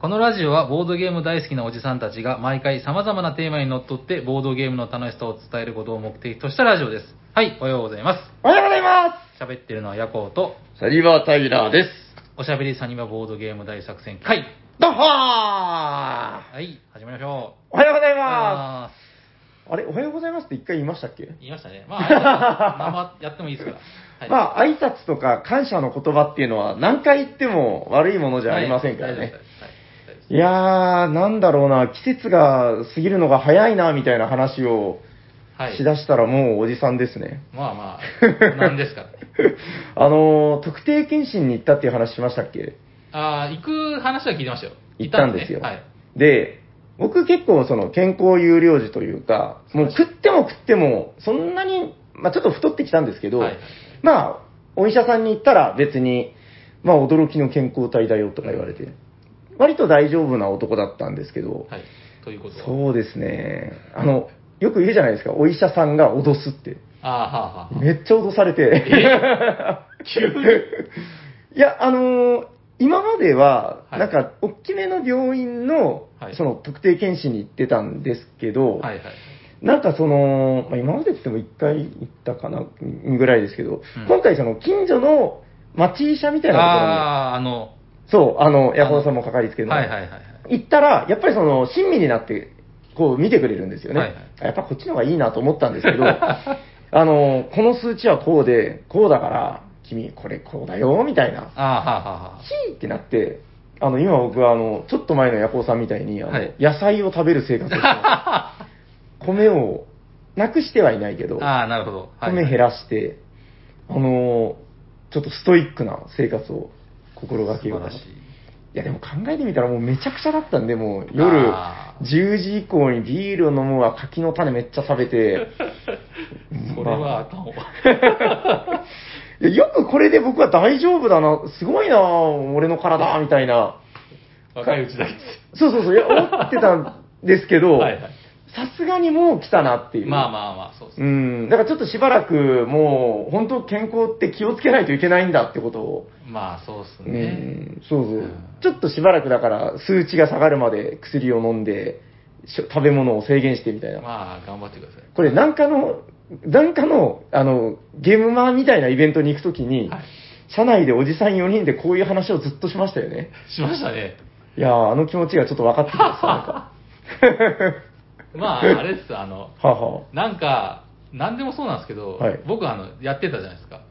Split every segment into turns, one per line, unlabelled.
このラジオはボードゲーム大好きなおじさんたちが毎回様々なテーマにのっとってボードゲームの楽しさを伝えることを目的としたラジオです。はい、おはようございます。
おはようございま
喋ってるのはヤコウと、
すサニバータイラーです。
おしゃべりサニバボードゲーム大作戦会。
ドッハー
はい、始めましょう。
おはようござい
おはようござい
ま
ます
あれ、おはようございますって一回言いましたっけ
す。言いましたね。まあ、生やってもいいですから。はい。
まあ、挨拶とか感謝の言葉っていうのは何回言っても悪いものじゃありませんから
はい大
ね
丈夫。ですはい大丈夫です
いやー、なんだろうな、季節が過ぎるのが早いな、みたいな話を
はい。
しだしたらもうおじさんですね。
まあまあ、なんですか。
あのー、特定検診に行ったっていう話しましたっけ
ああ、行く話は聞いてましたよ。
行ったんですよ。
行ったねはい。
で、僕結構その健康有料児というか、もう食っても食っても、そんなに、まあちょっと太ってきたんですけど、
はい
まあ、お医者さんに行ったら別に、まあ驚きの健康体だよとか言われて、割と大丈夫な男だったんですけど、
はい。ということは。
そうですね、あの、よく言うじゃないですか、お医者さんが脅すって。
ああ、はあ、は あ。
めっちゃ脅されて。 いや、あのー今までは、
はい
なんか、大きめの病院の
はい、
その、特定検診に行ってたんですけど、
はいはい。
なんかその、まあ、今までって言っても1回行ったかな、ぐらいですけど、
うん
今回その、近所の町医者みたいな
ああ、あの、
ところに、そう、あの、ヤホーさんもかかりつけの、
はいはいはいはい。
行ったら、やっぱりその、親身になって、こう見てくれるんですよね。
はいはい
やっぱこっちの方がいいなと思ったんです けど、あの、この数値はこうで、こうだから、君、これこうだよ、みたいな。
ああ、はあ、はあ。
ヒーってなって、あの、今僕はあの、ちょっと前のヤコウさんみたいに、あの、
はい
野菜を食べる生活をし てます。米を、なくしてはいないけど、
ああ、なるほど。はい
米減らして、あの、ちょっとストイックな生活を心がけようかなと
素晴らしい
いやでも考えてみたらもうめちゃくちゃだったんで、もう夜
あー
10時以降にビールを飲むわ、柿の種めっちゃ食べ て、
それはあかんわ。
いやよくこれで僕は大丈夫だな、すごいな、俺の体、みたいな。
若いうちだけです。
そうそうそう、いや思ってたんですけど
はいはい、
さすがにもう来たなっていう。
まあまあまあ、そうです
う
ね。
ん、だからちょっとしばらくもう本当健康って気をつけないといけないんだってことを。
まあ、そうです
う
ね。
ん、そうそう、
うん
ちょっとしばらくだから数値が下がるまで薬を飲んで、しょ食べ物を制限してみたいな。
まあ、頑張ってください。
これ、なんかの、なんかの、あの、ゲームマーみたいなイベントに行くときに、
はい
社内でおじさん4人でこういう話をずっとしましたよね。
しました ね。
いやー、あの気持ちがちょっと分かってきました、なん か。
まあ、あれです、あの、
はあはあ
なんか、なんでもそうなんですけど、
はい
僕、あの、やってたじゃないですか。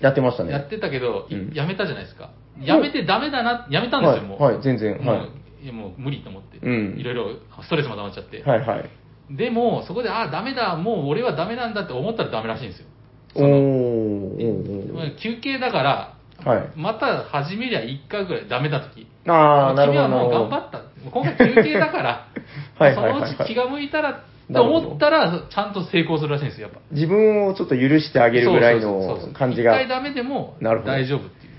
やってましたね。
やってたけど、い
うん
やめたじゃないですか。やめてダメだな、やめたんですよ、もう。
はいはい全然
もう
はい
やもう無理と思って。
うん
いろいろストレスも溜まっちゃって。
はいはい。
でも、そこで、ああ、ダメだ、もう俺はダメなんだって思ったらダメらしいんですよ。
おー、おーおー
休憩だから、
はい。
また始めりゃ1回ぐらいダメだとき。
あ
も
ー、
う
なる
君は
ほどなる
もう
ほど。
頑張った。もう今回休憩だから、
はいはいはいはい
そのうち気が向いたら、と思ったら、ちゃんと成功するらしいんですよ、やっぱ。
自分をちょっと許してあげるぐらい
そうそうそうそ
の
う
感じが。
一回ダメでも
なるほど
大丈夫っていう。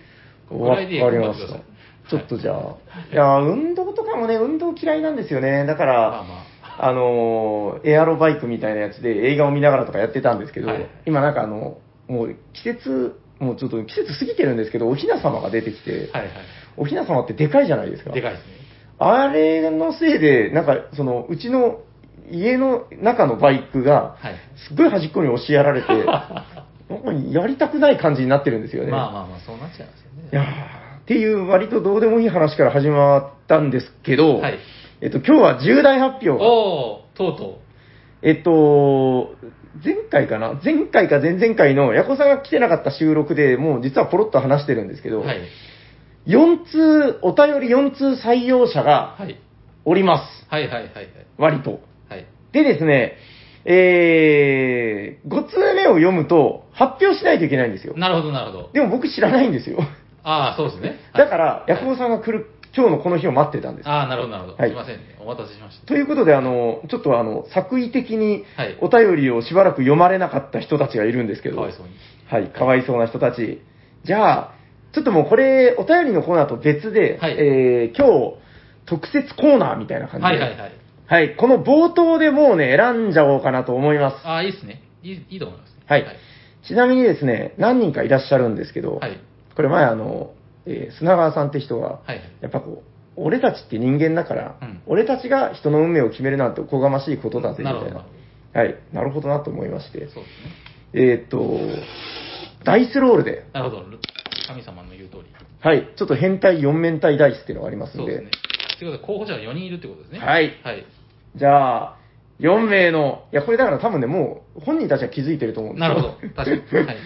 ここ
わ
ぐ
から
いで
りま
頑張っ
して
くだ
た
さい。
ちょっとじゃあ、いやー、運動とかもね、運動嫌いなんですよね。だから、
まあま
あのーエアロバイクみたいなやつで映画を見ながらとかやってたんですけど、
はい
今なんかあの、もう季節、もうちょっと季節過ぎてるんですけど、お雛様が出てきて、
はいはい。
お雛様ってでかいじゃないですか。
でかいですね。
あれのせいで、なんか、その、うちの家の中のバイクが、
はい。
すっごい端っこに押しやられて、 なんかやりたくない感じになってるんですよね。
まあまあまあ、そうなっちゃいますよね。
いやーっていう割とどうでもいい話から始まったんですけど、
はい
えっと、今日は重大発表が、
おー、とうと
えっと、前回かな前回か前々回のヤコさんが来てなかった収録でもう実はポロッと話してるんですけ
う。
ど、
はい。
4通、お便り4通採用者が
はい。
おります。
はいはいはいはい。
割と。
はい。
でですね、えー、5通目を読むと発表しないといけないんですよ。
なるほどなるほど。
でも僕知らないんですよ。
ああ、そうですね。
だから、
はい
ヤコさんが来る今日のこの日を待ってたんです。
ああ、なるほどなるほど。
はい
すいません。お待たせしました。
ということで、あの、ちょっとあの、作為的に
はい
お便りをしばらく読まれなかった人たちがいるんですけど、
かわいそうに。
はい、かわいそうな人たち。じゃあ、ちょっともうこれ、お便りのコーナーと別で、
はい
えー今日、特設コーナーみたいな感じで、
はいはいはい。
はいこの冒頭でもうね、選んじゃおうかなと思います。
ああ、いいですね。いいいいと思いますね。
はいちなみにですね、何人かいらっしゃるんですけど、
はい。
これ前あの、えー砂川さんって人が、
はい。
やっぱこう、俺たちって人間だから、
うん
俺たちが人の運命を決めるなんておこがましいことだぜ、みた
ないるほど
な。はい、なるほどなと思いまして。
そうですね。
えーっと、ダイスロールで、
なるほど。神様の言う通り。
はい、ちょっと変態4面体ダイスっていうのがあります
そ
ん
う
で、
ですね。ということで、候補者が4人いるってことですね。
はい
はい。
じゃあ、4名の、いや、これだから多分ね、もう本人たちは気づいてると思うんです
な
よ
るほど。確かに。 はい。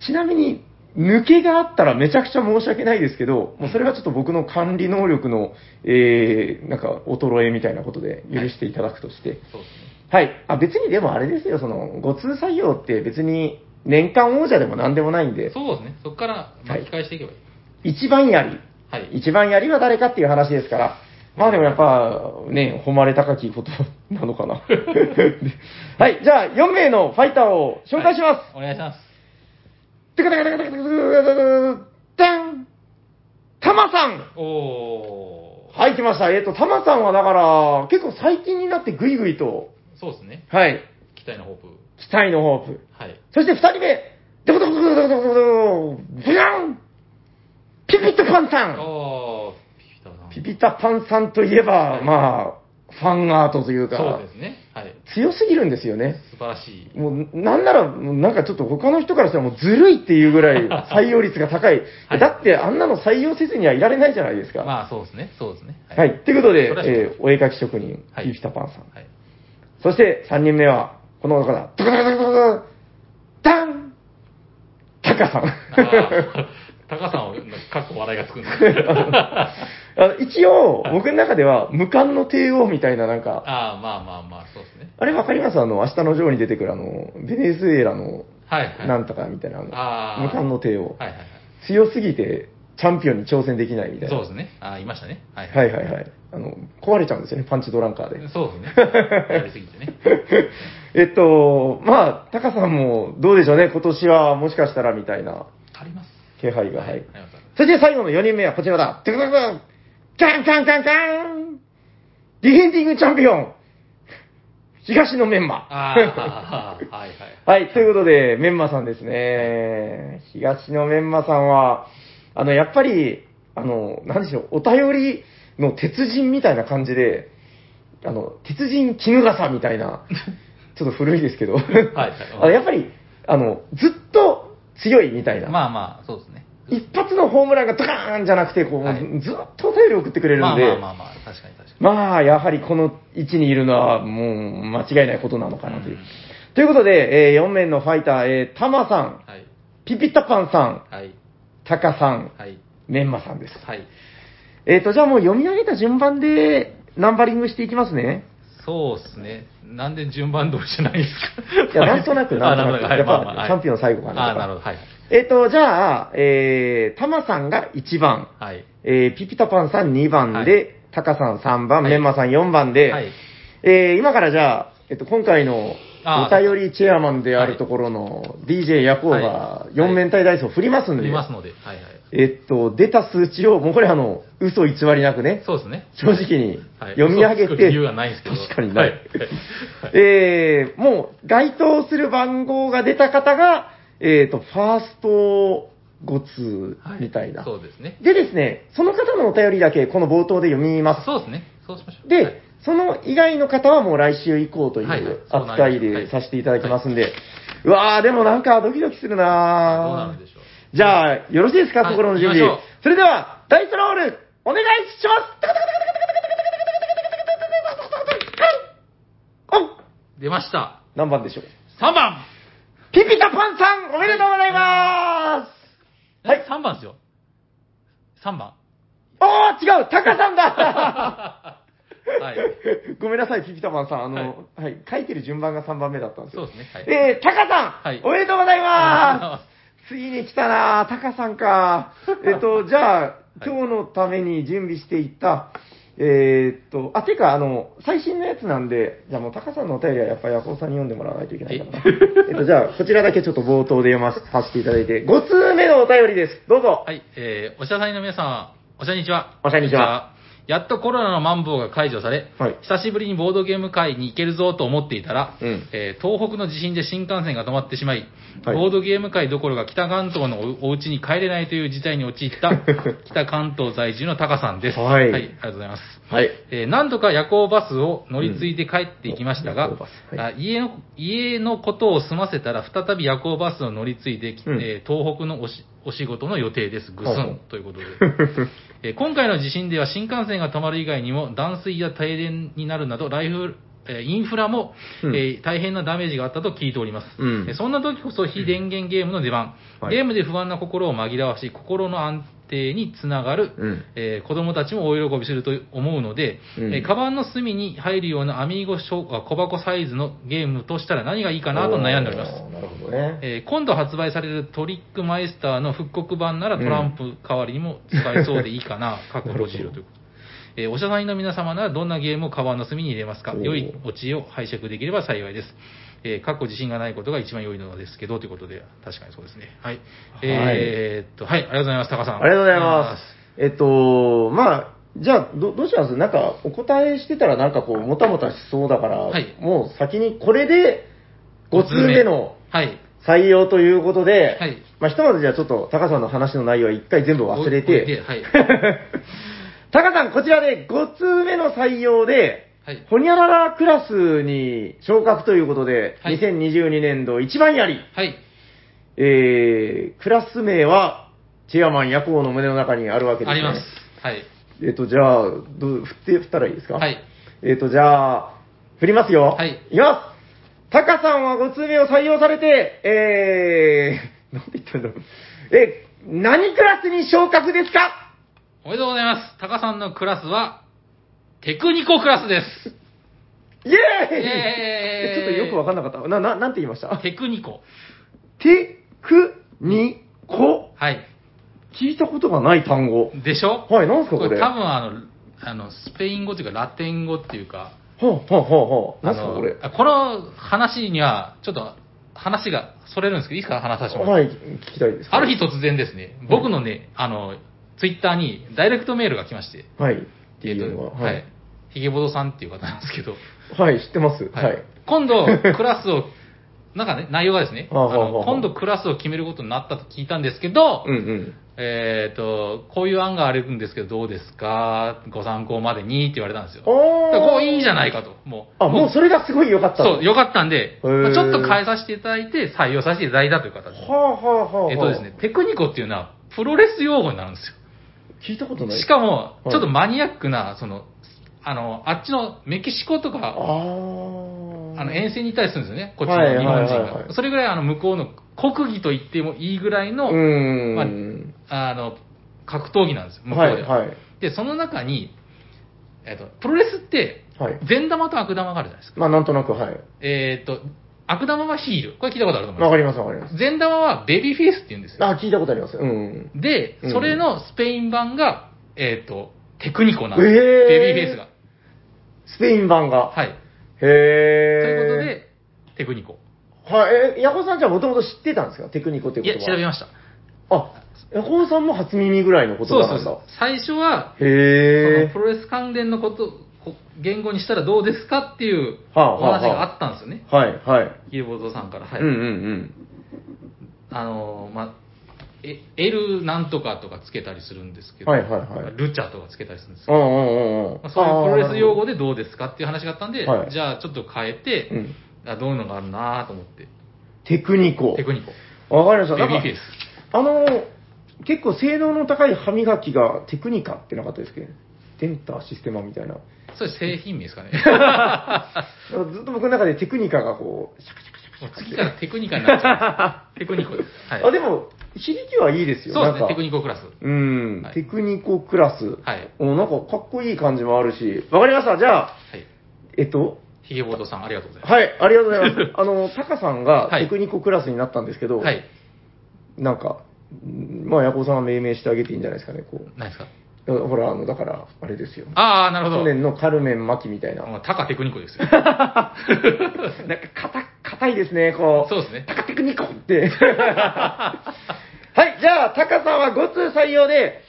ちなみに、抜けがあったらめちゃくちゃ申し訳ないですけど、もうそれはちょっと僕の管理能力の、えー、なんか衰えみたいなことで許していただくとして。
そうですね。
はい。あ、別にでもあれですよ、その、ご通採用って別に年間王者でも何でもないんで、
そうですね。そこから巻き返していけばいい。
一番やり、
はい。
一番やりは誰かっていう話ですから、まあでもやっぱ、ね、誉れ高きことなのかな。はい、じゃあ4名のファイターを紹介します。
はいお願いします。
てかてかてかてかてかてかダンタマさん
おー。
はい、来ました。えっ、と、タマさんはだから、結構最近になってグイグイと、
そうですね。
はい、
期待のホープ。
期待のホープ。
はい。
そして2人目、ドコドコドコドコドコドコブヤンピピットパンさん
おー、ピピタさん。
ピピタパンさんといえば、まあ、ファンアートというか、
そうですね。はい。
強すぎるんですよね。
素晴らしい。
もう、なんなら、もうなんかちょっと他の人からしたらもうずるいっていうぐらい採用率が高い。
はい
だって、あんなの採用せずにはいられないじゃないですか。
まあ、そうですね。そうですね。
は。い。ということで
それは、
えーお絵描き職人、
はい
ピピタパンさん。
はい。
そして、3人目は、この方だ。ドカドカドカドカドカダンタカさん。
あー高さんは、かっこ笑いがつくんです
あの一応、僕の中では、無冠の帝王みたいな、なんか、
ああ、まあまあまあ、そうですね。
あれわかりますあの、明日のジョーに出てくる、あの、ベネズエラの、
はいはい。
なんとかみたいな、
あー
あの無冠の帝王。
はいはいはい。
強すぎて、チャンピオンに挑戦できないみたいな。
そうですね。ああ、いましたね。はい
はいはいはい。あの、壊れちゃうんですよね、パンチドランカーで。
そう ですね。やりすぎてね。
えっと、まあ、タカさんもどうでしょうね、今年はもしかしたらみたいな
あります。
気配が。はい。
あります。
そして最後の4人目はこちらだ。てくてくてくんかんかんかんディフェンディングチャンピオン東のメンマ
あ あ、はいはい。
はい、ということで、メンマさんですね。東のメンマさんは、あの、やっぱり、あの、何でしょう、お便りの鉄人みたいな感じで、あの、鉄人絹笠みたいな、ちょっと古いですけど、
はい
あのやっぱり、あの、ずっと強いみたいな。
まあまあ、そうですね。
一発のホームランがドカーンじゃなくて、こう、
はい
ずっとお便りを送ってくれる
ま
ん
あ
で、
まあまあまあ、確かに確か
まあ、やはりこの位置にいるのは、もう、間違いないことなのかなという。
うん
ということで、え4名のファイター、えー、タマさん、
に。はい。
ピピタパンさん、
はい。
タカさん、
はい。
メンマさんです。
はい。
えっ、と、じゃあもう読み上げた順番で、ナンバリングしていきますね。
そうですね。なんで順番通りじゃないですか。
いや、なんとなく、なん となく。やっぱ、チャンピオン
最
最後
後
か
あ
な
あ、
と
なるほど。
か。
はい。
えっ、と、じゃあ、えー、タマさんが1番、
はい。
えー、ピピタパンさん2番
はい
で、タカさん3番、
はい
メンマさん4番で、
はい
えー今からじゃあ、えっと、今回の
あ
お便りチェアマンであるところの DJ ヤコウが
はい
4面体ダイスを振りますん
あ
で、
りますので。はいはい。
えっと、出た数値を、もうこれあの、嘘偽りなくね、
そうですね。
正直に
はい
読み上げ
嘘をつ
て、
く理由はないですけど
確かにない。
はい
えーもう、該当する番号が出た方が、えっ、と、ファースト5通
は
みたいな。
そうですね。
でですね、その方のお便りだけこの冒頭で読みます。
そうですね。そうしましょう。は
で、
い
その以外の方はもう来週以降とい
はいはいうそうな
扱
り
い
ますはい
でさせていただきますんで、うわー、でもなんかドキドキするなー
どうなるんでしょう。
じゃあ、よろしいですか、
はい
心の準
行きま
備
しょ。
それでは、ダイスロール、お願いします
出ました。
何番でしょう
3番
ピピタパンさん、おめでとうございますはい
え、3番ですよ。3番。
おー、違う、タカさんだ
はい。
ごめんなさい、ピピタパンさん。あの、
は
はい、書いてる順番が3番目だったんです
そう
よ。
ですね。はい。
えー、タカさん、
はい
おめでとうございま
あ
すついに来たなぁ、タカさ んか。えっと、じゃあ、今日のために準備していった、えーっと、あ、てか、あの、最新のやつなんで、じゃあもうタカさんのお便りはやっぱヤコウさんに読んでもらわないといけないからな。 えっと、じゃあ、こちらだけちょっと冒頭で読まさせていただいて、5通目のお便りです。どうぞ。
はい。えー、おしゃさんの皆さん、おしゃにちは。
おしゃにちは。
やっとコロナのマンボウが解除され、
はい
久しぶりにボードゲーム会に行けるぞと思っていたら、
うん
えー東北の地震で新幹線が止まってしまい、
はい
ボードゲーム会どころか北関東のおお家に帰れないという事態に陥った 北関東在住のタカさんです。
はい
ありがとうございます。
はい。
えー何度か夜行バスを乗り継いで帰っていきましたが、
うん夜行バスは
あ家の家のことを済ませたら再び夜行バスを乗り継いでき、
うん
えー東北のおしお仕事の予定です。ぐす
ほうほうん
ということで、 えー今回の地震では新幹線が止まる以外にも断水や停電になるなどライフ、えーインフラも、
うん
えー大変なダメージがあったと聞いております。
うん
えーそんな時こそ非電源ゲームの出番、
はい
ゲームで不安な心を紛らわし、心の安定につながる
うん。
えー子供たちも大喜びすると思うので、
うん
えーカバンの隅に入るようなアミーゴ小あ小箱サイズのゲームとしたら何がいいかなと悩んでおります。
ーなるほどね。
えー今度発売されるトリックマイスターの復刻版ならトランプ代わりにも使えそうでいいか な、過去50ということ。えーおしゃさんの皆様ならどんなゲームをカバンの隅に入れますか
おー
良いお知恵を拝借できれば幸いです。えー、過去自信がないことが一番良いのですけど、ということで、確かにそうですね。はい。えーっと、はい、ありがとうございます、高さん。
ありがとうございます。えっと、まあ、じゃあ、どどうしますなんか、お答えしてたらなんかこう、もたもたしそうだから、
はい
もう先にこれで、5通目の
はい。
採用ということで、
はい
まあ、ひとまずじゃあちょっと、タカさんの話の内容は一回全部忘れ
おで
て、
はい。
タカさん、こちらで5通目の採用で、
はい。
ほにゃららクラスに昇格ということで、
はい
2022年度一番やり、
はい。
えー、クラス名は、チェアマン夜行の胸の中にあるわけで
あ
す、ね。
ります。はい。
えっ、と、じゃあ、どう、振って、振ったらいいですか
はい。
えっ、と、じゃあ、振りますよ。
はい
いきますタカさんは5通目を採用されて、えー、 なんて言ったんだろう。え、何クラスに昇格ですか
おめでとうございます。タカさんのクラスは、テクニコクラスです。
イエーイ
イエーイ
えちょっとよくわかんなかった。な、な、なんて言いました
テクニコ。
テクニコ。
はい。
聞いたことがない単語。
でしょ
はい、なんすかこ
こ
れ。
れ多分あの、あの、スペイン語というか、ラテン語っていうか、
ほうほうほうほう。
あ
なんすか
の
これ。
あこの話には、ちょっと話がそれるんですけど、いいですか話させてもらって。
はい、聞きたいです。
ある日突然ですね、僕のね、あの、ツイッターにダイレクトメールが来まして、
はい。
えっと、
は
はいい。。ヒゲボドさんっていう方なんですけど、
はい、知ってます。は
はいい。、今度、クラスを、なんかね、内容がですね、あ
あああああ
の
あ
今度クラスを決めることになったと聞いたんですけど、
うんうん。
えっ、と、こういう案があるんですけど、どうですかご参考までにって言われたんですよ。だからこういいじゃないかと。もう。
あ、もうそれがすごい良かった。
そう、よかったんで、
ー
まあちょっと変えさせていただいて、採用させていただいたという形で。
はあはあはあはあ。
えっ、とですね、。テクニコっていうのは、プロレス用語になるんですよ。
聞いたことない。
しかも、
はい
ちょっとマニアックな、その、あの、あっちのメキシコと
あ
か、
ー。
あの遠征に行ったりするんですよね、こっち
は
の
い
日
はい
本
はいはい
人が。それぐらいあの向こうの国技と言ってもいいぐらいの,、
うーん。
あの格闘技なんですよ、向こう
は
で
い
は。
はい。
で、その中に、えっとプロレスって
はい。
善玉と悪玉があるじゃないですか。
まあなんとなく、はい。
えっと悪玉はヒール、これ聞いたことあると思い
わ
ま
かりますわかります
す。。善玉はベビーフェイスって言うんですよ。
あ、聞いたことあります。うん。
で
う、ん
それのスペイン版が、えっとテクニコなん
え
です、
ー
ベビーフェイスが。
スペイン版が。
はい、
へ
と
え。
いうことで、テクニコ。
とで。はい。え、ヤコさんじゃもともと知ってたんですかテクニコって
い
言
や、
葉。
調べました。
あ、ヤコさんも初耳ぐらいの言
そう
葉
そ
な
うんそう
だ。。
最初は、その
へ
プロレス関連のこと、こ言語にしたらどうですかっていうお
はあはあはあ
話があったんですよね。
え。はいはい。
ヒーボードさんから。はい。
うんうん
あのー、まあ、え L なんとかとかつけたりするんですけ
うん。
ど、
はいはいはい。
ルチャとかつけたりするんですけ
う
ど、
んうんうんうん
まあ、そういうプロレス用語
で。
でどうですかっていう話があったんで、
はい
じゃあちょっと変えて、
うん
あどういうのがあるなぁと思って、
テクニコ。
テクニコ。
わかりました。
ベ
なん
ビー
か
フェイス。
あの、結構性能の高い歯磨きがテクニカってなかったですけど、デンタシステマみたいな。
それ製品名ですか ね。
なんかずっと僕の中でテクニカがこう、シャカシャカシャカ
もう次からテクニカになっちゃう。テクニコです。はい。
あ、でも、響きはいいですよ。
そうです
な
ね、
んか
テクニコクラス。
うん、
はい
テクニコクラス。
はい。
おなんかかっこいい感じもあるし。わかりました。じゃあ、
はい。
えっと、
ヒゲボードさん、ありがとうございます。
はい、ありがとうござい ます。あの、タカさんが
はい
テクニコクラスになったんですけど、
はい。
なんか、うんまあ、ヤコウさんは命名してあげていいんじゃないですかね、こう。
何ですか
ほら、あの、だから、あれですよ。
ああ、なるほ
去
ど。
年のカルメン・マキみた いな。
もうタカテクニコですよ。
なんか、かた、硬いですね、こう。
そうですね。
タカテクニコって。はい、じゃあ、タカさんは5通採用で、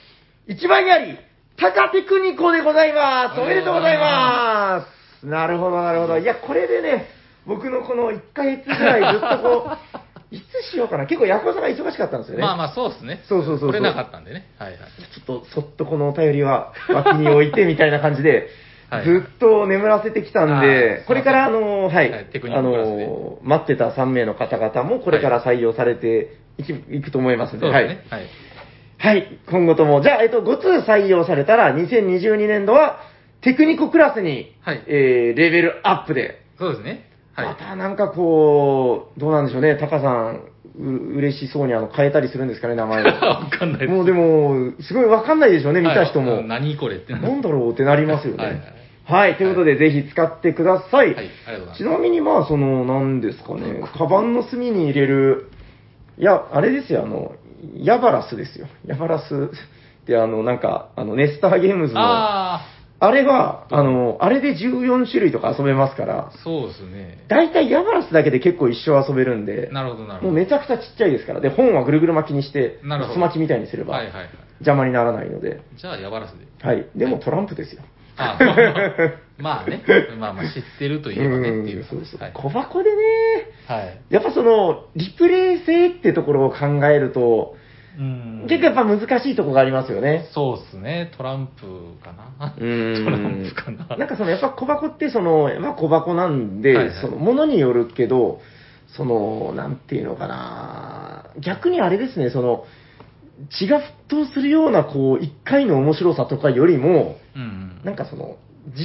一番やり、タカテクニコでございます。おめでとうございます。なるほど、なるほど。いや、これでね、僕のこの1ヶ月ぐらいずっとこう、いつしようかな。結構ヤコウさんが忙しかったんですよね。
まあまあ、そうですね。
そうそうそうそう
来れなかったんでね。はいはい。
ちょっとそっとこのお便りは脇に置いてみたいな感じで
はい、
ずっと眠らせてきたん
あ
で
ー、
これからあの、は
はい
い
テク、ニッ
あ
ククラスで
の、待ってた3名の方々もこれから採用されていきいくと思います
そう
の
で
で、
す
はい
ね。。はい。
はい、今後とも。じゃあ、えっと、5通採用されたら2022年度はテクニコクラスに、
はい
えーレベルアップで、
そうですね。はい。
またなんかこう、どうなんでしょうね、タカさん、う嬉しそうにあの変えたりするんですかね、名前を。
わかんないです。
もうでも、すごいわかんないでしょうね、見た人
はい
も
うん。何これって
なんだろうってなりますよ
はいは
ね
い。
はい、ということで、ぜひ使ってください。
はい、ありがとうござい
ち
ま
なみに、まあ、その、なんですかね、カバンの隅に入れる、いや、あれですよ、あの、ヤバラスですよ。ヤバラス って、あの、なんか、あの、ネスターゲームズ
す。
の、あ
あ
れは、あの、あれで14種類とか遊べますから
あ、、そうですね。
だいたいヤバラスだけで結構一生遊べるんで、
なるほど、なるほ
も
ど。
うめちゃくちゃちっちゃいですから、で、本はぐるぐる巻きにして、
なるほど
すまきみたいにすれば、
はいはいはい。
邪魔にならないので、
じゃあ、やばらすで。
はい。でもトランプですよ。
ああまあね。まあまあ、知ってるといえばねっていううん
そうそう
はい。
小箱でね、
はい。
やっぱその、リプレイ性ってところを考えると、
うん
結構やっぱ難しいところがありますよね。
そうですね。トランプかな。
う
トラン
ん
プかな。
なんかその、やっぱ小箱ってその、まあ小箱なんで、
はいはい
その、ものによるけど、その、なんていうのかな逆にあれですね、その、血が沸騰するような、こう、一回の面白さとかよりも、
うんうん。
なんかその、じ、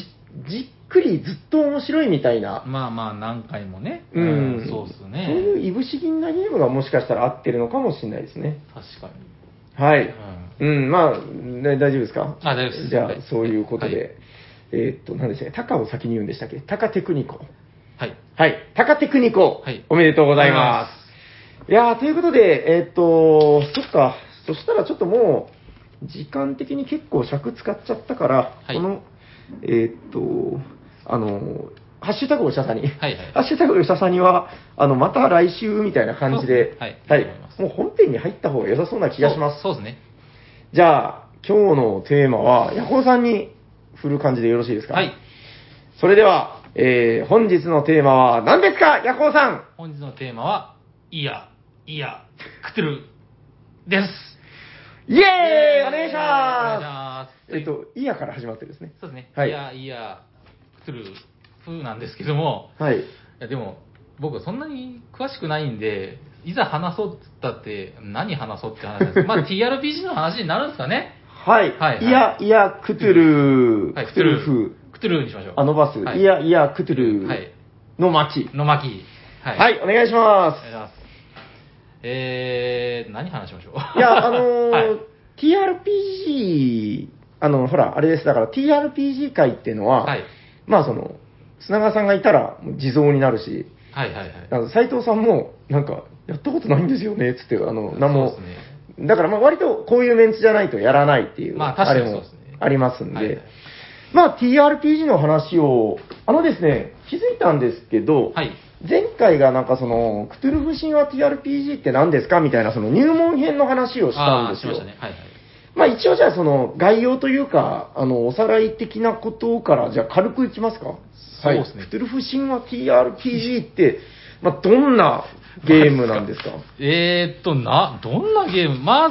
じっくりずっと面白いみたいな、
まあまあ、何回もね。
うん
そうです
そういう
ね。
いぶし銀なゲームがもしかしたら合ってるのかもしれないですね。
確かに。
は
う
い。
ん。
うん、まあ、ね大丈夫ですか
あ大丈夫です
じゃあ
はい、
そういうことで。
はい
えーっと、何でしたっけタカを先に言うんでしたっけタカテクニコ。
はい。
はい。タカテクニコ。
はい
おめでとうございます。いやー、ということで、えーっと、そっか。そしたらちょっともう、時間的に結構尺使っちゃったから、
はい
この、えーっと、あの、ハッシュタグおしゃさに。
はいはい
ハッシュタグよささには、あの、また来週みたいな感
そう
じで、
ですねは
はいい。もう本編に入った方が良さそうな気がします。
そうそうですね。
じゃあ、今日のテーマは、ヤコウさんに振る感じでよろしいですか
はい。。
それでは、えー、本日のテーマは何ですか、ヤコウさん
本日のテーマは、いや、いや、クトゥルです。
イ
イ
エーイお願いしま
ます
すえっと、イヤから始まってですね。
そうですね。、
はいい
や、いや、クトゥル風なんですけども、
はい。
いやでも、僕そんなに詳しくないんで、いざ話そうって言ったって、何話そうって話なんですけど、 まあ TRPG の話になるんですかね。
はい。
はいはい
イヤ、イヤ、クトゥルー、
はい
クトゥルー風、
クトゥルーにしましょう。
あのバス、
はい
イヤ、イヤ、クトゥル
は
ー
い。
の街。
の巻き。はい。
はい、お願いしま
お願い
す
し。ます。えー、何話しましょう。
いや、あの ー
はい
TRPG、あの、ほら、あれです。だから TRPG 界っていうのは、
はい。
まあその、砂川さんがいたらもう地蔵になるし、
はいはいはい。
あの斉藤さんも、なんか、やったことないんですよね、つって、あの、なんも
そうです、ね。
だからまあ割とこういうメンツじゃないとやらないっていう、
まあ確かに
れも
そうですね
ありますんで、
はいはい
まあ TRPG の話を、あのですね、気づいたんですけど、
はい。
前回がなんかその、クトゥルフ神話 TRPG って何ですかみたいなその入門編の話をした
あ
ん
ー
です
し
よ。
ましたね。はいはい。
まあ一応じゃあその概要というか、あの、おさらい的なことから、じゃあ軽くいきますか。
そうですね
はいクトゥルフ神話 TRPG って、まあどんなゲームなんです か
えーっと、な、どんなゲームま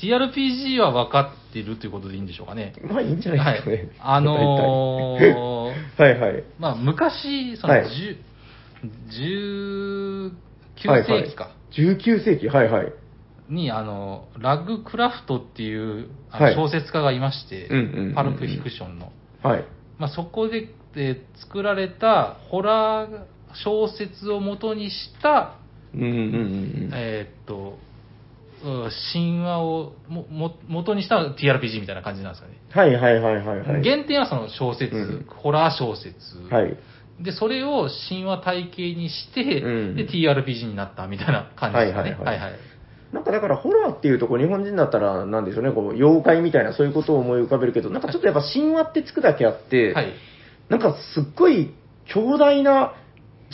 ず TRPG は分かってるということでいいんでしょうかね。
まあいいんじゃ
は
ない
い
ですかね。。
あのー、
大体 はいはい。
まあ昔、その、
は
10
い
19
はい
世紀か。
はい。19世紀、はいはい。
に、あの、ラグクラフトっていうあ
はい
の小説家がいまして
うんうんうんう、ん
パルプフィクションの。
はい。
まあ、そこで、えー作られたホラー小説を元にした、
うんうんうんうん。
えーっと、うん神話をもも元にした TRPG みたいな感じなんですかね。
はいはいはいはいはい。
原点はその小説、
うん
ホラー小説、
はい。
で、それを神話体系にして、
うん
で、TRPG になったみたいな感じですかね。は
はいい
は、
はいい
は
はいなんかだからホラーっていうとこう日本人だったらなんでしょうね、こう妖怪みたいなそういうことを思い浮かべるけど、なんかちょっとやっぱ神話ってつくだけあって、
はい
なんかすっごい強大な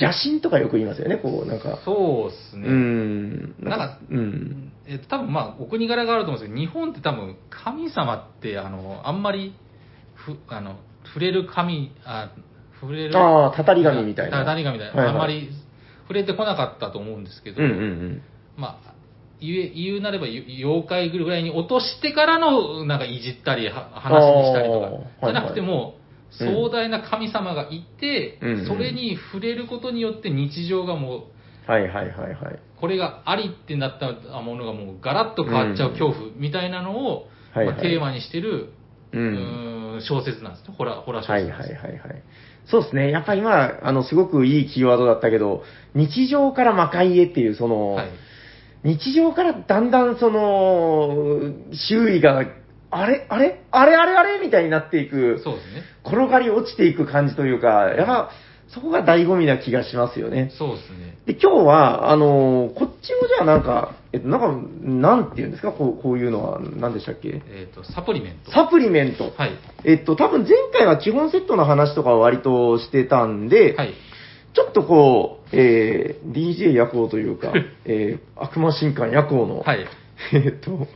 邪神とかよく言いますよね、こうなんか。
そうですね。
うーん。
なんか
うん。
えっと、多分まあ、お国柄があると思うんですけど、日本って多分、神様って、あの、あんまり、ふ、あの、触れる神、あ、触れる。
ああ、たたり神みたいな。
たたり神みたいな。
はは
あんま。り触れてこなかったと思うんですけど、
うんうんうん。
まあ、言う言うなればゆ妖怪ぐらいに落としてからのなんかいじったりは話にしたりとか
あー
じゃなくても、
はいはいうん
壮大な神様がいて、
うんうん
それに触れることによって日常がもう
はいはいはいはい。
これがありってなったものがもうガラッと変わっちゃう恐怖みたいなのを、
はい
ま
は
あ
い。
テーマにしてる、
う。
うんーん小説なんですねホラーホラー小
はい
説
は
ないんで
は
す
い
よ
はい。そうですね。やっぱ今、あの、すごくいいキーワードだったけど、日常から魔界へっていう、その、
はい
日常からだんだんその、周囲が、あれあれあれあれあれみたいになっていく、
そうですね
転がり落ちていく感じというか、やっぱ、そこが醍醐味な気がしますよね。
そうですね
で、今日は、あの、こっちもじゃあなんか、えっと、なんか、なんていうんですかこう、こういうのは、何でしたっけ
えっ、とサプリメント
サプリメント。
はい
えっと、多分前回は基本セットの話とかを割としてたんで、
はい
ちょっとこう、えー、DJ 夜行とい うか、えー、悪魔神官夜行の、
はい
えーっと、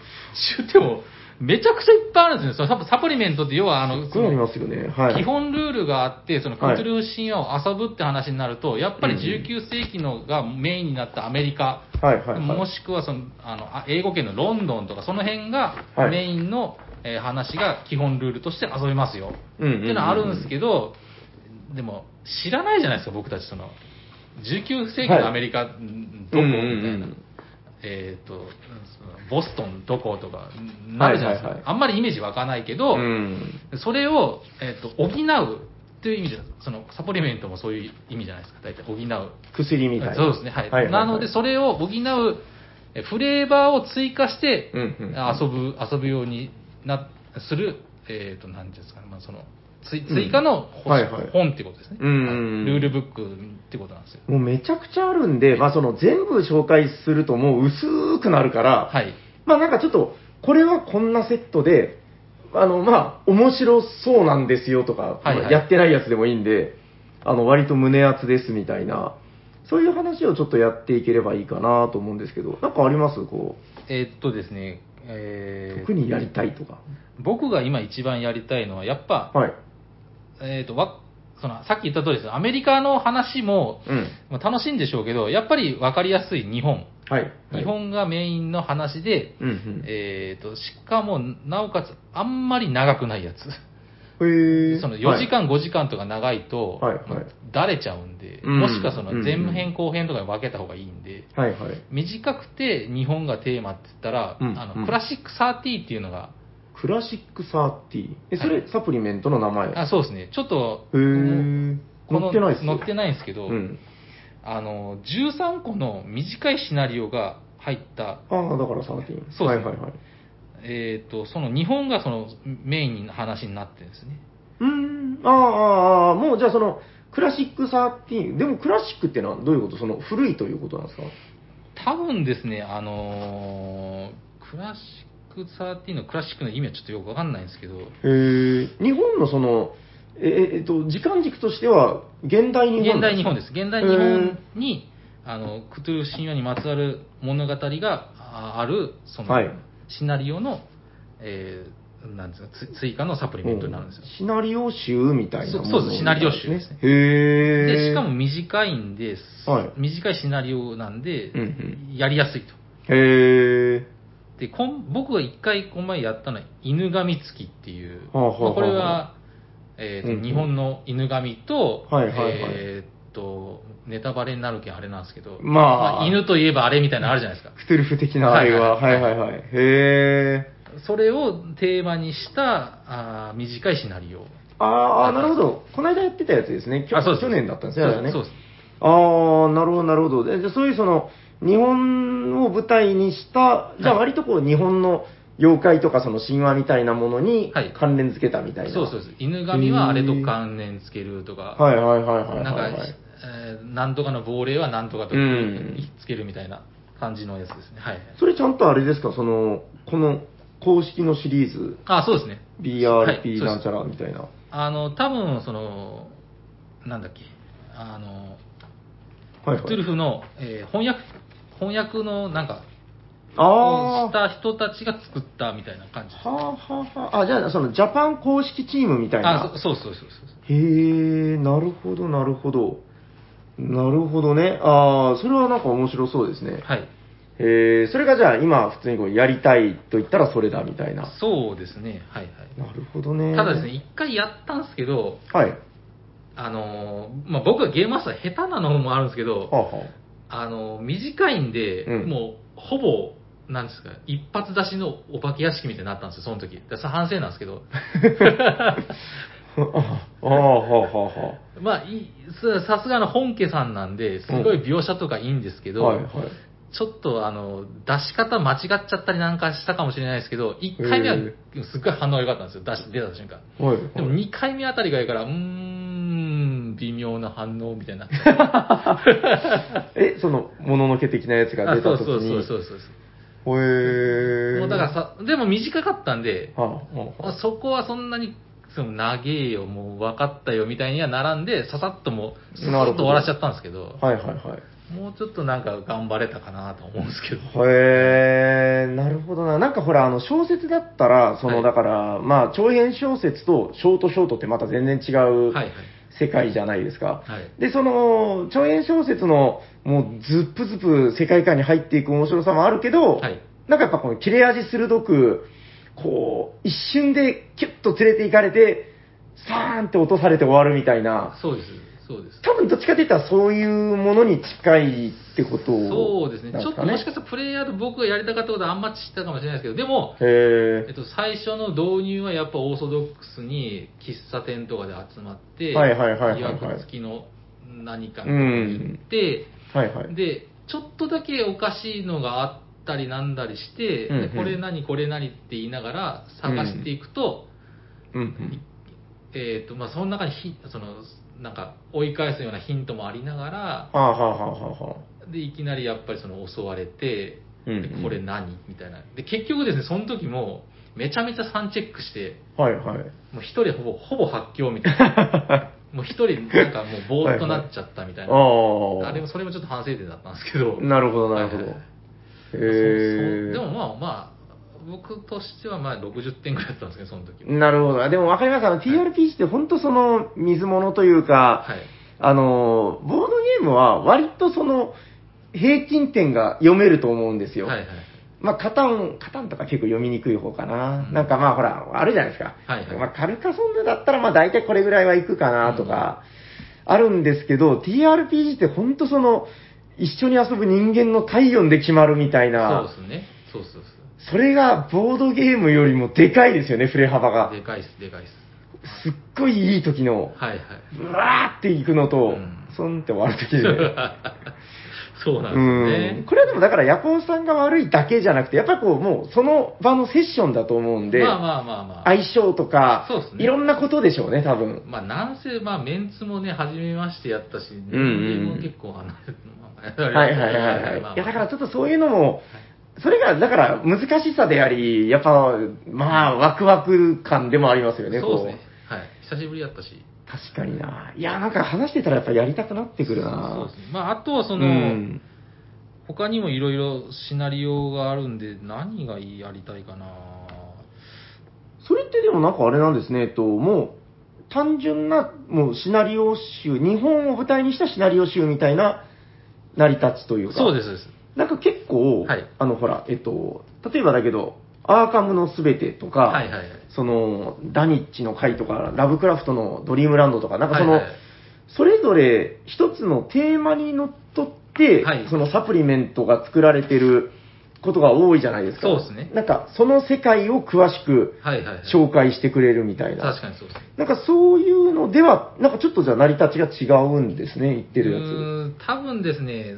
種 でも、めちゃくちゃいっぱいあるんですね。そのサプサプリメントって、要は、あの、
こうなりますよね。はい。
基本ルールがあって、その
はい
クトゥルフ神話を遊ぶって話になると、やっぱり
うん
19世紀のがメインになったアメリカ、
はいはいはい。
もしくはそのあのあ英語圏のロンドンとか、その辺が
はい
メインの、えー話が基本ルールとして遊べますよ。
うんうんうん
っていうのはあるんですけど、でも、知らないじゃないですか、僕たち、その、19世紀のアメリカ、んどこみたいな。
うんうんうん
えー、とそのボストンどことかなるじゃないですか、
はいはいはい
あんまりイメージ湧かないけど、
うん。
それを、えー、と補うという意味じゃそのサプリメントもそういう意味じゃないですか大体補う
薬みたいな。
そうですねはい,、
はいはいはい
なのでそれを補うえフレーバーを追加して
うんうんうん
遊ぶ遊ぶようになするえっ、と何ていうんですかね、まあ、その追追加の
うんはいはい
本ってことですね、
うんうんうん
はいルールブックってことなんですよ
もうめちゃくちゃあるんで、まあその全部紹介するともう薄くなるから、
はい
まあなんかちょっと、これはこんなセットで、あの、まあ、面白そうなんですよとか、
はいはい
まあやってないやつでもいいんで、あの、割と胸熱ですみたいな、そういう話をちょっとやっていければいいかなと思うんですけど、なんかありますこ
えっとですね
う、
えー
特にやりたいとか。
僕が今一番やりたいのは、やっぱ、
はい。
えっ、と、わ、その、さっき言った通りです。アメリカの話も、
うん。
まあ楽しいんでしょうけど、やっぱり分かりやすい日本。
はい。
日本がメインの話で、
うんうん。
えっ、と、しかも、なおかつ、あんまり長くないやつ。
へえ。
その4時間、5時間とか長いと、
はいはい
まあだれちゃうんで、
うん
もしくはその
うん
前編後編とかに分けた方がいいんで、
はい。はいはい。
短くて日本がテーマって言ったら、
うん
あ
う
の
ん
クラシック30っていうのが、
クラシックサーティー。え、それ、
はい
サプリメントの名前。
あそうですね、ちょっと、
へえ。
この
載ってないっす
載って
い
ないんですけど、
うん。
あの、13個の短いシナリオが入った、
ああ、だからサーティー。
そう
は
で
い
すね
はいはい。
えっ、と、その日本がそのメインの話になってるんですね。
うーん、ああああ、ああ、もうじゃあその、クラシック13、でもクラシックってのはどういうことその古いということなんですか
多分ですね、あのークラシック13のクラシックの意味はちょっとよくわかんないんですけど、
へえ。日本のその、えええっと、時間軸としては、現代日
現
本
代日本
で
です。現代日本に、あの、クトゥルフ神話にまつわる物語があある、その
はい、
シナリオの、えーなんですか、つ追加のサプリメントになるんですよ。
シナリオ集みたいなもの
そうそうですシナリオ集ですね
へえ。
でしかも、短いんです、
はい
短いシナリオなんで、
うんうん
やりやすいと
へえ。
でこん僕が一回この前やったのは犬神月っていう、
はあはあ
まあこれ
は
は、えーと
うんうん
日本の犬神と,、
はいはいはい
えーとネタバレになるけんあれなんですけど、
まあ
犬といえばあれみたいなのあるじゃないですか
クトゥルフ的なあれは、
は
はい
は
いはいいはい。へえ。
それをテーマにしたあー短いシナリオ
ああああ、なるほど。この間やってたやつですね。去
あそうです
去年だったんですね。あれはね
そうです
ああ、なるほど、なるほど。でじゃあそういうその、日本を舞台にした、じゃあ
はい
割とこう、日本の妖怪とかその神話みたいなものに
はい
関連付けたみたいな。
そうそうです犬神はあれと関連つけるとか、
はいはいはいはいはい、はい。
なんか、えーなんとかの亡霊はなんとかと
う
く
ん
っつけるみたいな感じのやつですね。はい。
それちゃんとあれですか、その、この公式のシリーズ、
あ、そうですね。はいそうで
BRP
す
なんちゃらみたいな。
あの、多分その、なんだっけ、あの、
はい
クトゥルフの、えー翻訳、翻訳のなんか、を
あ
し
あ。は
た人たちが作ったみたいな感じです
あはあはあ。あ、じゃあ、その、ジャパン公式チームみたいな。
あそそうそうそうそう
へえ、なるほど、なるほど。なるほどね。ああ、それはなんか面白そうですね。
はい
へえ、それがじゃあ今普通にこうやりたいと言ったらそれだみたいな。
そうですねはいはい
なるほどね。
ただですね。一回やったんですけど
はい。は
あのーまあ、僕はゲームマスター下手なのもあるんですけど
あ、は
あのー短いんで、
うん
もうほぼなんですか一発出しのお化け屋敷みたいになったんですよその時だから反省なんです けど
あ。ああ、はあ、は
まあいいささすがの本家さんなんですごい描写とかいいんですけ
あ。
ど、
はい、はい。
ちょっとあの、出し方間違っちゃったりなんかしたかもしれないですけど、1回目は
へー
すっごい反応良かったんですよ、出し出た瞬間。
はい、
でも
はい。
2回目あたりがやから、うーん、微妙な反応みたいな。
え、その、もののけ的なやつが
あ
出
そ
た
う
時
そう
に。
そう
う
そうそう
そう。へえ。
もうだからさ、でも短かったんで、
はあ、はあ、はあ。
そこはそんなに、その、長えよ、もう分かったよみたいには並んで、ささっともう、ささっと終わらしちゃったんですけど、
はい、はい、はい。
もうちょっとなんか頑張れたかなと思うんですけど。
へえ、なるほどな。なんかほら、あの、小説だったら、その、
はい
だから、まあ、長編小説とショートショートってまた全然違
はい
う
はい。
世界じゃないです
は
か。
い。
で、その、長編小説の、もう、ズップズップ世界観に入っていく面白さもあるけど、
はい。
なんかやっぱこの切れ味鋭く、こう、一瞬でキュッと連れていかれて、サーンって落とされて終わるみたいな、
そうです。そうです。
多分どっちかって言ったらそういうものに近いってこと
そうですね、
なん
ちょっともしかしたらプレイヤーと僕がやりたかったことはあんまり知ったかもしれないですけど、でも、
へ
えっと、最初の導入はやっぱオーソドックスに喫茶店とかで集まって、
はいはいはいはいはい
わく付きの何か
う
に行
ん
って、
え。はいはい。
で、ちょっとだけおかしいのがあったりなんだりして、
うんうん
でこれ何これ何って言いながら探していくと、
うんうん。
えっと、まあ、その中にひ、その、なんか追い返すようなヒントもありながら、
はあはあはあはあはあ。
で、いきなりやっぱりその襲われて、
うん
で
うん
これ何みたいな。で、結局ですね、その時も、めちゃめちゃ3チェックして、
はいはい。
もう一人ほぼ、ほぼ発狂みたいな。 もう一人、なんかもうぼーっとなっちゃったみたいな。
ああ。
あれも、それもちょっと反省点だったんですけど。
なるほどなるほど。
はい
へ
はい
え。
そうそうでもまあまあ、僕としてはまあ60点ぐらいだったんですけど、その時は。
なるほど。でも分かります。あの、TRPG って本当その、水物というか、
はい。
あの、ボードゲームは割とその、平均点が読めると思うんですよ。
はいはい。
まあ、カタン、カタンとか結構読みにくい方かな。
うん
なんかまあ、ほら、あるじゃないですか。
はいはい
まあ、カルカソンヌだったら、まあ、大体これぐらいはいくかなとか、あるんですけど、TRPG って本当その、一緒に遊ぶ人間の体温で決まるみたいな、
そうですね。そうそうそ
それがボードゲームよりもでかいですよね、振れ幅が
う。。でかいっす、でかいっす。
すっごいいい時の、
はいはい。
ブワーっていくのと、
うん
そん、って終わる 時で、ね。
そうな
うん
ですね
ん。。これはでもだから、ヤコウさんが悪いだけじゃなくて、やっぱりこう、もうその場のセッションだと思うんで、
まあまあまあまあ。
相性とか、
そうですね
いろんなことでしょうね、多分。
まあ、なんせ、まあ、メンツもね、初めましてやったし、
うんうん
人間も結構離れて
は
る
い
まあ
は
あ
い
れ
は
だけど
いはい。
ま
い
あまあ
や、だからちょっとそういうのも、それが、だから難しさであり、やっぱ、まあ、ワクワク感でもありますよね、
そう
こ
ですね。はい。久しぶりやったし。
確かにな。いや、なんか話してたらやっぱやりたくなってくる
そう
な
ですね。まあ、あとはその、
うん
他にもいろいろシナリオがあるんで、何がやりたいかな
それってでもなんかあれなんですね、えっと、もう、単純な、もうシナリオ集、日本を舞台にしたシナリオ集みたいな成り立ちというか。
そうです、そうです。
なんか結構、
はい
あの、ほら、えっと、例えばだけど、アーカムのすべてとか、
はいはいはい。
その、ダニッチの会とか、ラブクラフトのドリームランドとか、なんかその、
はいはい
それぞれ一つのテーマにのっとって、
はい
そのサプリメントが作られてることが多いじゃないですか。
そうですね
なんか、その世界を詳しく
はいはいはい。
紹介してくれるみたいな。
確かにそうですね。
なんかそういうのでは、なんかちょっとじゃあ成り立ちが違うんですね、言ってるやつ。
うーん多分ですね、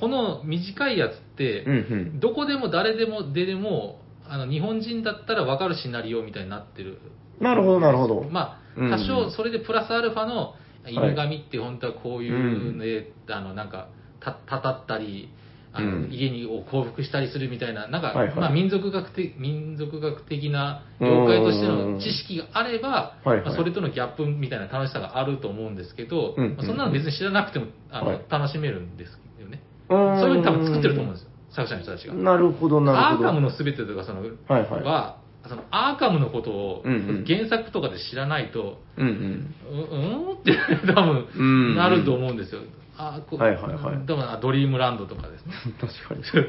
この短いやつって、
うんうん。
どこでも誰でもででもあの日本人だったら分かるシナリオみたいになってる、
なるほど、なるほど。
まあ、
うん
多少それでプラスアルファの
い
犬神って本当はこういうので、あのなんかたたたったりあの、
うん
家にを降伏したりするみたいななんか、
はいはい
まあ、民族学的民族学的な業界としての知識があれば、
うんはいはい
まあ、それとのギャップみたいな楽しさがあると思うんですけど、
うん
まあ、そんなの別に知らなくてもあの、
はい
楽しめるんですよね、
そ
そういうふうに多分作ってると思うんです
よ。
よ作者の人たちが。
なるほど、な
アー
るほど。
カムの全てとか、その、
はいはい
はそのアーカムのことを
うんうん
原作とかで知らないと、
うんうん。
うん、うんって多
うんうん
分なると思うんですよ。あこ
はいはいはい
多分あドリームランドとかですね。
確かに。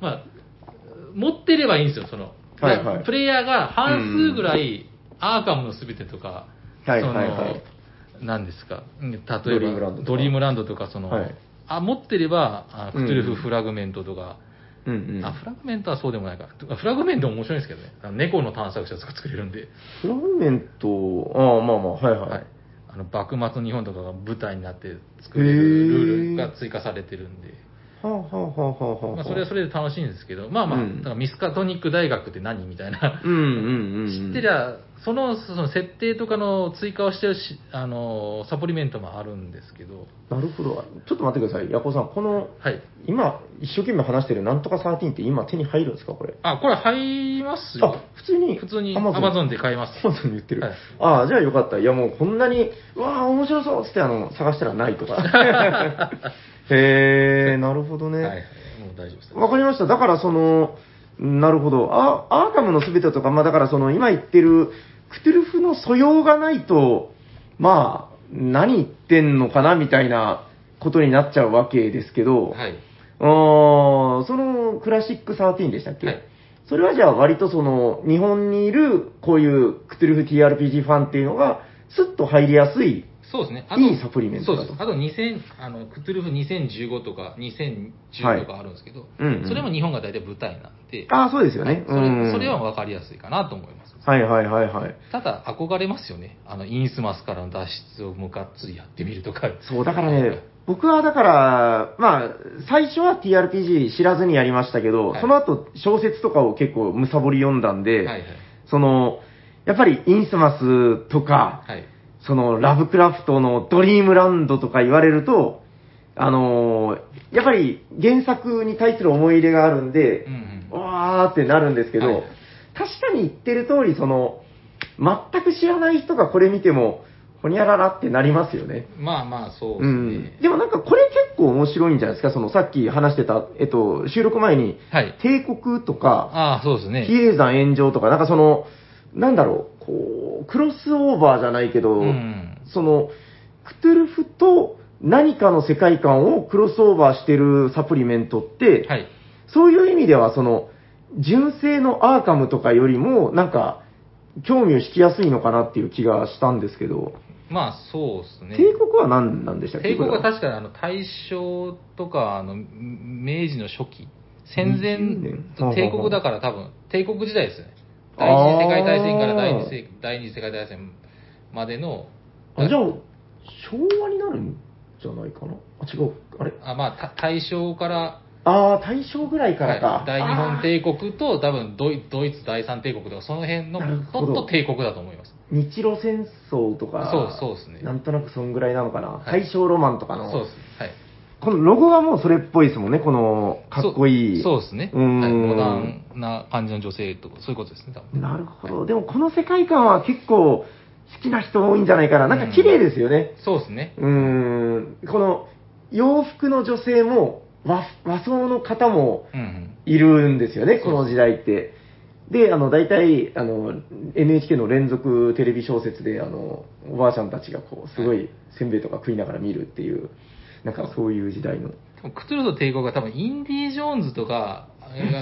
まあ、持ってればいいんですよ、その。
はいはい
なプレイヤーが半数ぐらい、アーカムのすべてとか、
はいはいはい
その、なんですか、うん例えば、
ドリームランドとか
ドリームランドとか、その、
はい
あ持ってれば、あクトゥル
うん
フ・フラグメントとか、
うんうん。
あ、フラグメントはそうでもないか。とかフラグメントも面白いんですけどね。あの猫の探索者とか作れるんで、
フラグメント、ああ、まあまあ、はいはい。
はいあの、幕末の日本とかが舞台になって作れるルールが追加されてるんで。
はあ、はあはあはあはあ。
まあ、それはそれで楽しいんですけど、まあまあ、
うん
だからミスカトニック大学って何みたいな、
うんうんうんうん。
知ってりゃ、そのその設定とかの追加をしてるしあのーサプリメントもあるんですけど、
なるほど。ちょっと待ってください。ヤコさん、この、
はい。
今、一生懸命話してるなんとか13って今手に入るんですかこれ。
あ、これ入りますよ
あ。、普通に。
普通に Amazon で買えます
アマゾンで売ってる。
はい
ああ、じゃあよかった。いやもうこんなに、うわあ、面白そうっつってあの、探したらない とか。へえ、なるほどね。
は
わ、
いはい。もう大丈夫です。
かりました。だからその、なるほど。あアーカムのすべてとか、まあだからその、今言ってる、クトゥルフの素養がないと、まあ、何言ってんのかなみたいなことになっちゃうわけですけど、
はい。
あーそのクラシック13でしたっけ、
はい
それはじゃあ割とその日本にいるこういうクトゥルフ TRPG ファンっていうのがスッと入りやすい。
そうですね。
いいサプリメントだ
そ
と
うです。あと2000、あの、クトゥルフ2015とか
はい
2010とかあるんですけど、
うんうん
それも日本が大体舞台なんで、
ああ、そうですよね。
それそれは
は。
分かりやすいかなと思います。
はいはいはいはい。
ただ憧れますよね。あの、インスマスからの脱出をもうがっつりやってみるとか。
そう、だからね、僕はだから、まあ、最初は TRPG 知らずにやりましたけど、
はい
その後小説とかを結構むさぼり読んだんで、
はいはい。
その、やっぱりインスマスとか、
はい。
そのラブクラフトのドリームランドとか言われると、あのーやっぱり原作に対する思い入れがあるんで
うん、うん。
わーってなるんですけど、
はい
確かに言ってる通り、その、全く知らない人がこれ見ても、ほにゃららってなりますよね。
まあまあ、そう
う
です
ん
ね。。
でもなんかこれ結構面白いんじゃないですか、そのさっき話してた、えっと、収録前に、
はい。
帝国とか、
ああ、そうです
比
ね。
叡山炎上とか、なんかその、なんだろう、こう、クロスオーバーじゃないけど、
うん。
その、クトゥルフと何かの世界観をクロスオーバーしてるサプリメントって、
はい。
そういう意味では、その、純正のアーカムとかよりも、なんか、興味を引きやすいのかなっていう気がしたんですけど、
まあ、そうですね。
帝国は何なんでしたっけ
帝国は
これ
確かにあの大正とかあの明治の初期、戦
20年
前、帝国だから多分、帝国時代ですよね。第一次世界大戦から第二次第二次世界大戦までの、
あじゃあ、昭和になるんじゃないかなあ、違う。あれ
あまあ、た大正から、
ああ、大正ぐらいからか。
はい大日本帝国と多分ドイドイツ第三帝国とかその辺の
なるほど
とと帝国だと思います。
日露戦争とか、
そうそうですね
なんとなくそんぐらいなのかな、
い
大正ロマンとかの、
そうです。はい。
このロゴがもうそれっぽいですもんね、このかっこいい。
そうそうですね。
うーん
はいモダンな感じの女性とか、そういうことですね、多分。
なるほど、でもこの世界観は結構好きな人多いんじゃないかな、なんか綺麗ですよね、
そうですね。
うーん、この洋服の女性も和和装の方も
うんうん。
いるんですよね、
そう
この時代って。で、あの、大体、あの、NHK の連続テレビ小説で、あの、おばあちゃんたちがこう、すごい、せんべいとか食いながら見るっていう、なんかそういう時代の。
でもクトゥルフの帝国は多分インディ・ジョーンズとか、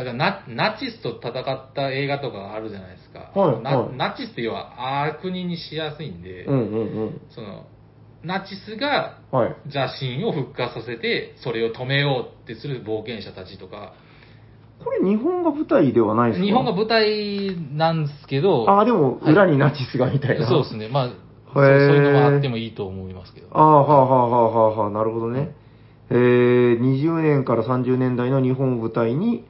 ナナチスと戦った映画とかがあるじゃないですか。
はい
な
はい
ナチスって要は悪人にしやすいんで、
うんうん
その、ナチスが
うん。はい。
邪神を復活させて、それを止めようってする冒険者たちとか、
これ日本が舞台ではないですか
日本が舞台なんですけど、
ああ、でも、裏にナチスがみたいな。
そうですね。まあ、そうそういうのもあってもいいと思いますけど。
ああ、はあはあはあはあはあ、なるほどね。えー、20年から30年代の日本を舞台に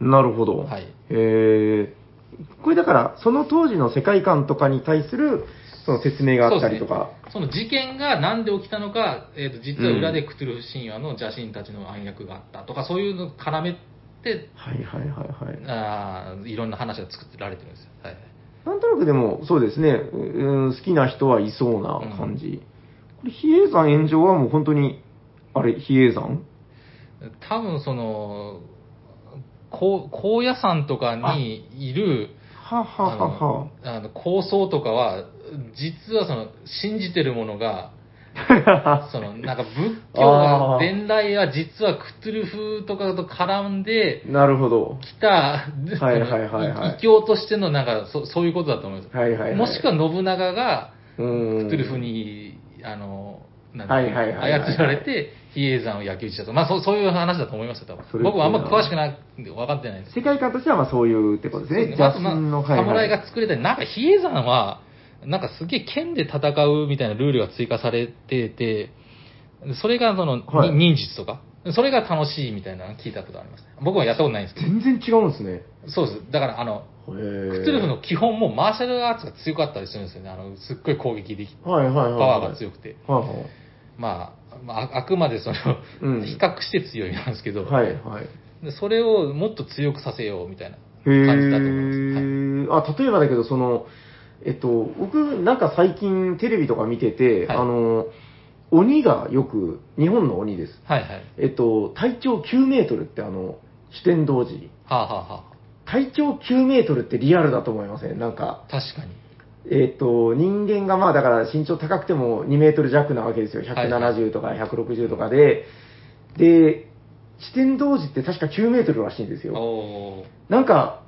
なるほど。
はい
えー、これだから、その当時の世界観とかに対するその説明があったりとか。
その事件がなんで起きたのか、えー、と実は裏でクトゥルフ神話の邪神たちの暗躍があったとか、そういうのを絡めて、
はいはいはいはい。
あーいろんな話が作ってられてるんですよ。はい、
なんとなくでも、そうですね、ううん好きな人はいそうな感じ。これ、比叡山炎上はもう本当に、あれ、比叡山
多分その、こう高野山とかにいる、
はあはあはあはあ。
あのあの構想とかは、実はその信じてるものが、そのなんか仏教
あ
が
ー
伝来は実はクトゥルフとかと絡んで
なるほど。
きた、
はいはいはいはい
異教としてのなんかそそういうことだと思うんです、
はいはいはい。
もしくは信長が
うん、
クトゥルフに、あの、なんて
はいはいはいはい
操られて、比叡山を焼き討ちしたと。まあそうそういう話だと思いますよ、多分。
それ
僕はあんま詳しくなくて分かってないです。
世界観としてはまあそういうってことですね。
まああとまあ
邪神の、
侍が作れたり、なんか比叡山は、なんかすげえ剣で戦うみたいなルールが追加されてて、それがその、に
はい
忍術とか、それが楽しいみたいなの聞いたことあります。僕はやったことないんですけ
全然違うんですね。
ど。そうです。だからあの、
クト
ク
ゥ
トゥルフの基本もマーシャルアーツが強かったりするんですよね。あの、すっごい攻撃でき、
はいはいはい
パ
はい。
ワーが強くて。
はいはい。
まあ、まあ、ああくまでその、
うん
比較して強いなんですけど、
はいはい。
でそれをもっと強くさせようみたいな感じだと思います。
へえ、あ、例えばだけど、その、えっと、僕、なんか最近テレビとか見てて、
はい
あの、鬼がよく、日本の鬼です。
はい、はい、はい。
えっと、体長9メートルってあの、主天童寺。
はあ、はあは
体長9メートルってリアルだと思いませんなんか、
あ、確かに。え
えっと、人間がまあだから身長高くても2メートル弱なわけですよ。
はいはい
170とか160とかで。で、四天童寺って確か9メートルらしいんですよ。
おー
なんか、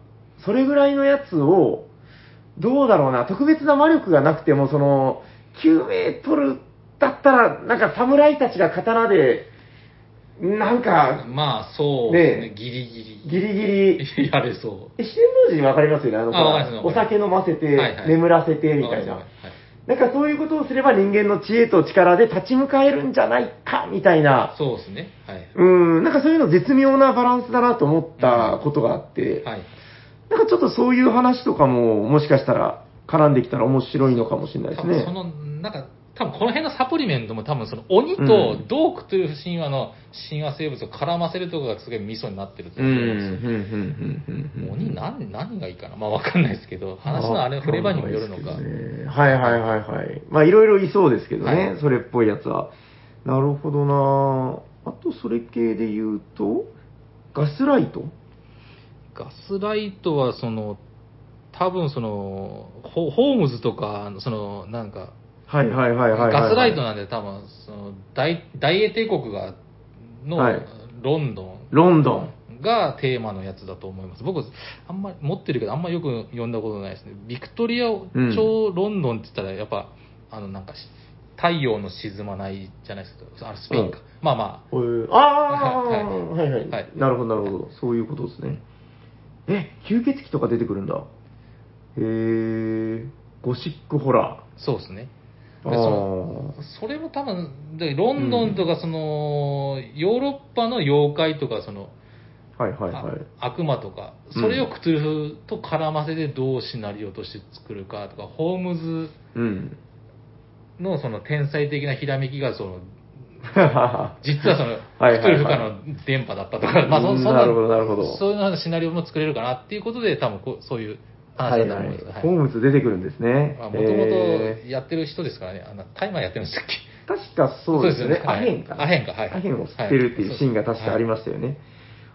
それぐらいのやつを、どうだろうな、特別な魔力がなくても、その、9メートルだったら、なんか侍たちが刀で、なんか、
まあ、そうですね
ねえ
ギリギ
ギリギ
リ
リ、。
やれそ
え四天王寺わかりますよね、あの、
あわかります
お酒飲ませて、
はいはい
眠らせて、
う。
みたいな
は。
なんかそういうことをすれば人間の知恵と力で立ち向かえるんじゃないか、みたいな。
そうですね。はい。
うん、なんかそういうの絶妙なバランスだなと思ったことがあって、
はい。
なんかちょっとそういう話とかも、もしかしたら絡んできたら面白いのかもしれないで
多
す
分そ
ね。
の、なんか、多分この辺のサプリメントも多分その鬼と
うん
どうクトゥルフ神話の神話生物を絡ませるとこがすごいミソになってると
う
思
ん、
う
うんん
ですよ、、
うん、うん。うん
鬼何何がいいかなまあわかんないですけど、話のあれ、フレーバーにもよるのか。
わんないですけどねはいはいはいはい。まあいろいろいそうですけどね、
はい
それっぽいやつは。なるほどなぁあとそれ系で言うと、ガスライト
ガスライトは、その、多分その、ホホームズとか、その、なんか、
はいはいはいはいはい、
ガスライトなんで多分、その、大、大英帝国が、の、
はい
ロンド
ロンドン。
ンがテーマのやつだと思います。僕、あんまり持ってるけど、あんまよく読んだことないですね。ビクトリア朝ロンドンって言ったら、やっぱ、あの、なんかし、太陽の沈まないじゃないですか。あのスペインか。まあまあ、
えーああ、
は
はいい
は
はいい、
はい
なるほど、なるほど。そういうことですね。え、吸血鬼とか出てくるんだ。へえ、ゴシックホラ
そうですね。
ー。
でその
あ
それも多分、でロンドンとか、その、ヨーロッパの妖怪とか、その、
あ、はいはいはい。
あ悪魔とか、それをクトゥルフと絡ませてどうシナリオとして作るかとか、ホームズ
うん。
のその天才的なひらめきが、その、
は
実はその、
はいはいはい
クトゥルフからの電波だったとか、まあ、そ
うん
そん
なるほどなるほど
そういうようなシナリオも作れるかなっていうことで、多分こうそういう話だ
い
と思
はいい
ます。は。い
ホームズ出てくるんですね。
まあもとも
へ
とやってる人ですからね、あのタイマーやってましたっけ
ー確かそうですよね。
は
ア
い
ヘンかな。
アヘンかはい
アヘンを吸ってるってい
は
う
い
シーンが確かありましたよね。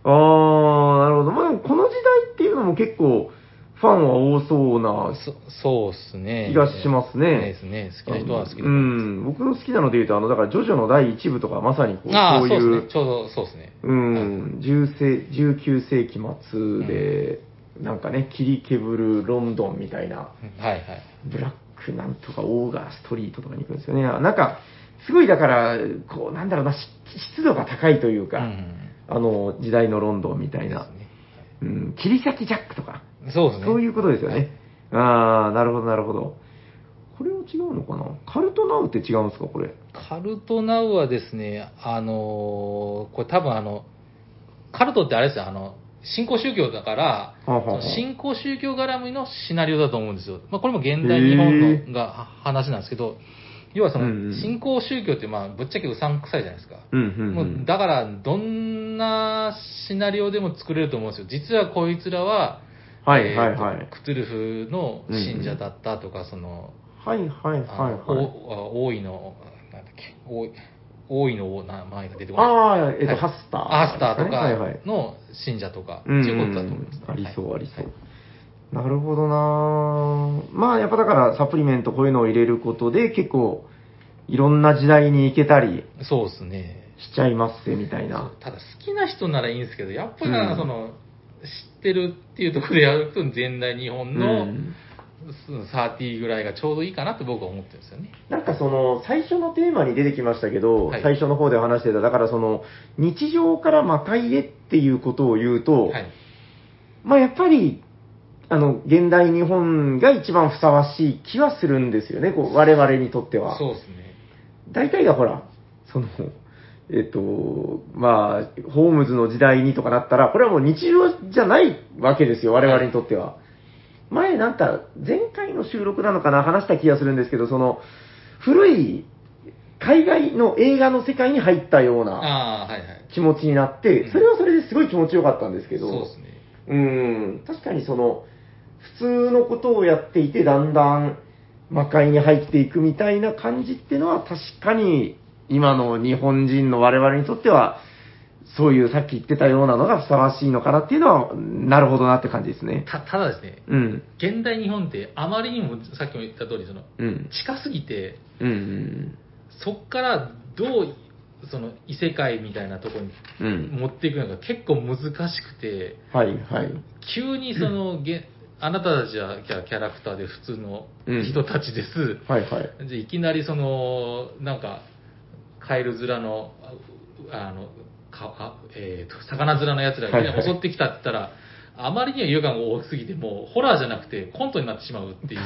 ああ、なるほど。まあでもこの時代っていうのも結構、ファンは多そうな
そそうっすね。
気がしますね
ですね。好きな人は好きだ
う。ん、僕の好きなので言うと、あの、だから、ジョジョの第1部とか、まさにこう、
ああ、
こ
そうで
うい
す
う、
ね。ちょうどそうですね。
うん、10世19世紀末で、なんかね、切り削るロンドンみたいな、
はいはい。
ブラックなんとかオーガーストリートとかに行くんですよね。なんか、すごいだから、こう、なんだろうな、し湿度が高いというか、
うん
あの、時代のロンドンみたいな
です、ね
うん、切り裂きジャックとか、
そうですね。
そういうことですよね。ああ、なるほど、なるほど。これは違うのかなカルトナウって違うんですか、これ。
カルトナウはですね、あのーこれ多分あの、カルトってあれですよ、あの、新興宗教だから、
はあはあはあ
新興宗教絡みのシナリオだと思うんですよ。まあ、これも現代日本のが話なんですけど、要はそ
うんう
の、
ん
新興宗教って、まあ、ぶっちゃけうさんくさいじゃないですか。
うん
もうだから、どんなシナリオでも作れると思うんですよ。実はこいつらは、
はいはいはい
えーとクトゥルフの信者だったとか、その、
はいはいはい
あの
はい。
おあ王位の、なんだっけ、王位多いの名前が出てこない。
ああ、えっと、
はい
ハスター、
アースターと
はいはい
か。の信者とか、
うん
そういうことだと思いますね。
ありそう、
は
あ
い
りそう。なるほどなぁまあ、やっぱだから、サプリメントこういうのを入れることで、結構、いろんな時代に行けたり
そうですね。
しちゃいますぜ、みたいな。
ただ、好きな人ならいいんですけど、やっぱりなん
うん
かその、知ってるっていうところでやると、全体日本
う
の
ん
30ぐらいがちょうどいいかなって僕は思ってるんですよね。
なんかその、最初のテーマに出てきましたけど、
はい
最初の方で話してた、だからその、日常から魔界へっていうことを言うと、
はい。
まあやっぱり、あの、現代日本が一番ふさわしい気はするんですよね、こう我々にとっては。
そうですね。
大体がほら、その、えっと、まあ、ホームズの時代にとかなったら、これはもう日常じゃないわけですよ、我々にとっては。前なんか、前回の収録なのかな、話した気がするんですけど、その、古い海外の映画の世界に入ったような
ああ、はいはい。
気持ちになっ
う
て、
ん
それはそれですごい気持ちよかったんですけど、
そうですね。
うん、確かにその、普通のことをやっていて、だんだん魔界に入っていくみたいな感じってのは、確かに今の日本人の我々にとっては、そういうさっき言ってたようなのがふさわしいのかなっていうのは、なるほどなって感じですね。
た、ただですね、
うん、
現代日本ってあまりにもさっきも言った通り、その、
うん、
近すぎて、
うん、うん
そっからどう、その異世界みたいなところに
うん、
持っていくのが結構難しくて、
はい、はい。
急にその、げあなたたちはキャキャラクターで普通の人たちです、
はい、はい。
じゃあいきなりそのなんかカエル面のああのかあ、えー、と魚面のやつらがいきなり襲ってきたって言ったら、あまりには予感が大きすぎてもうホラーじゃなくてコントになってしまうっていう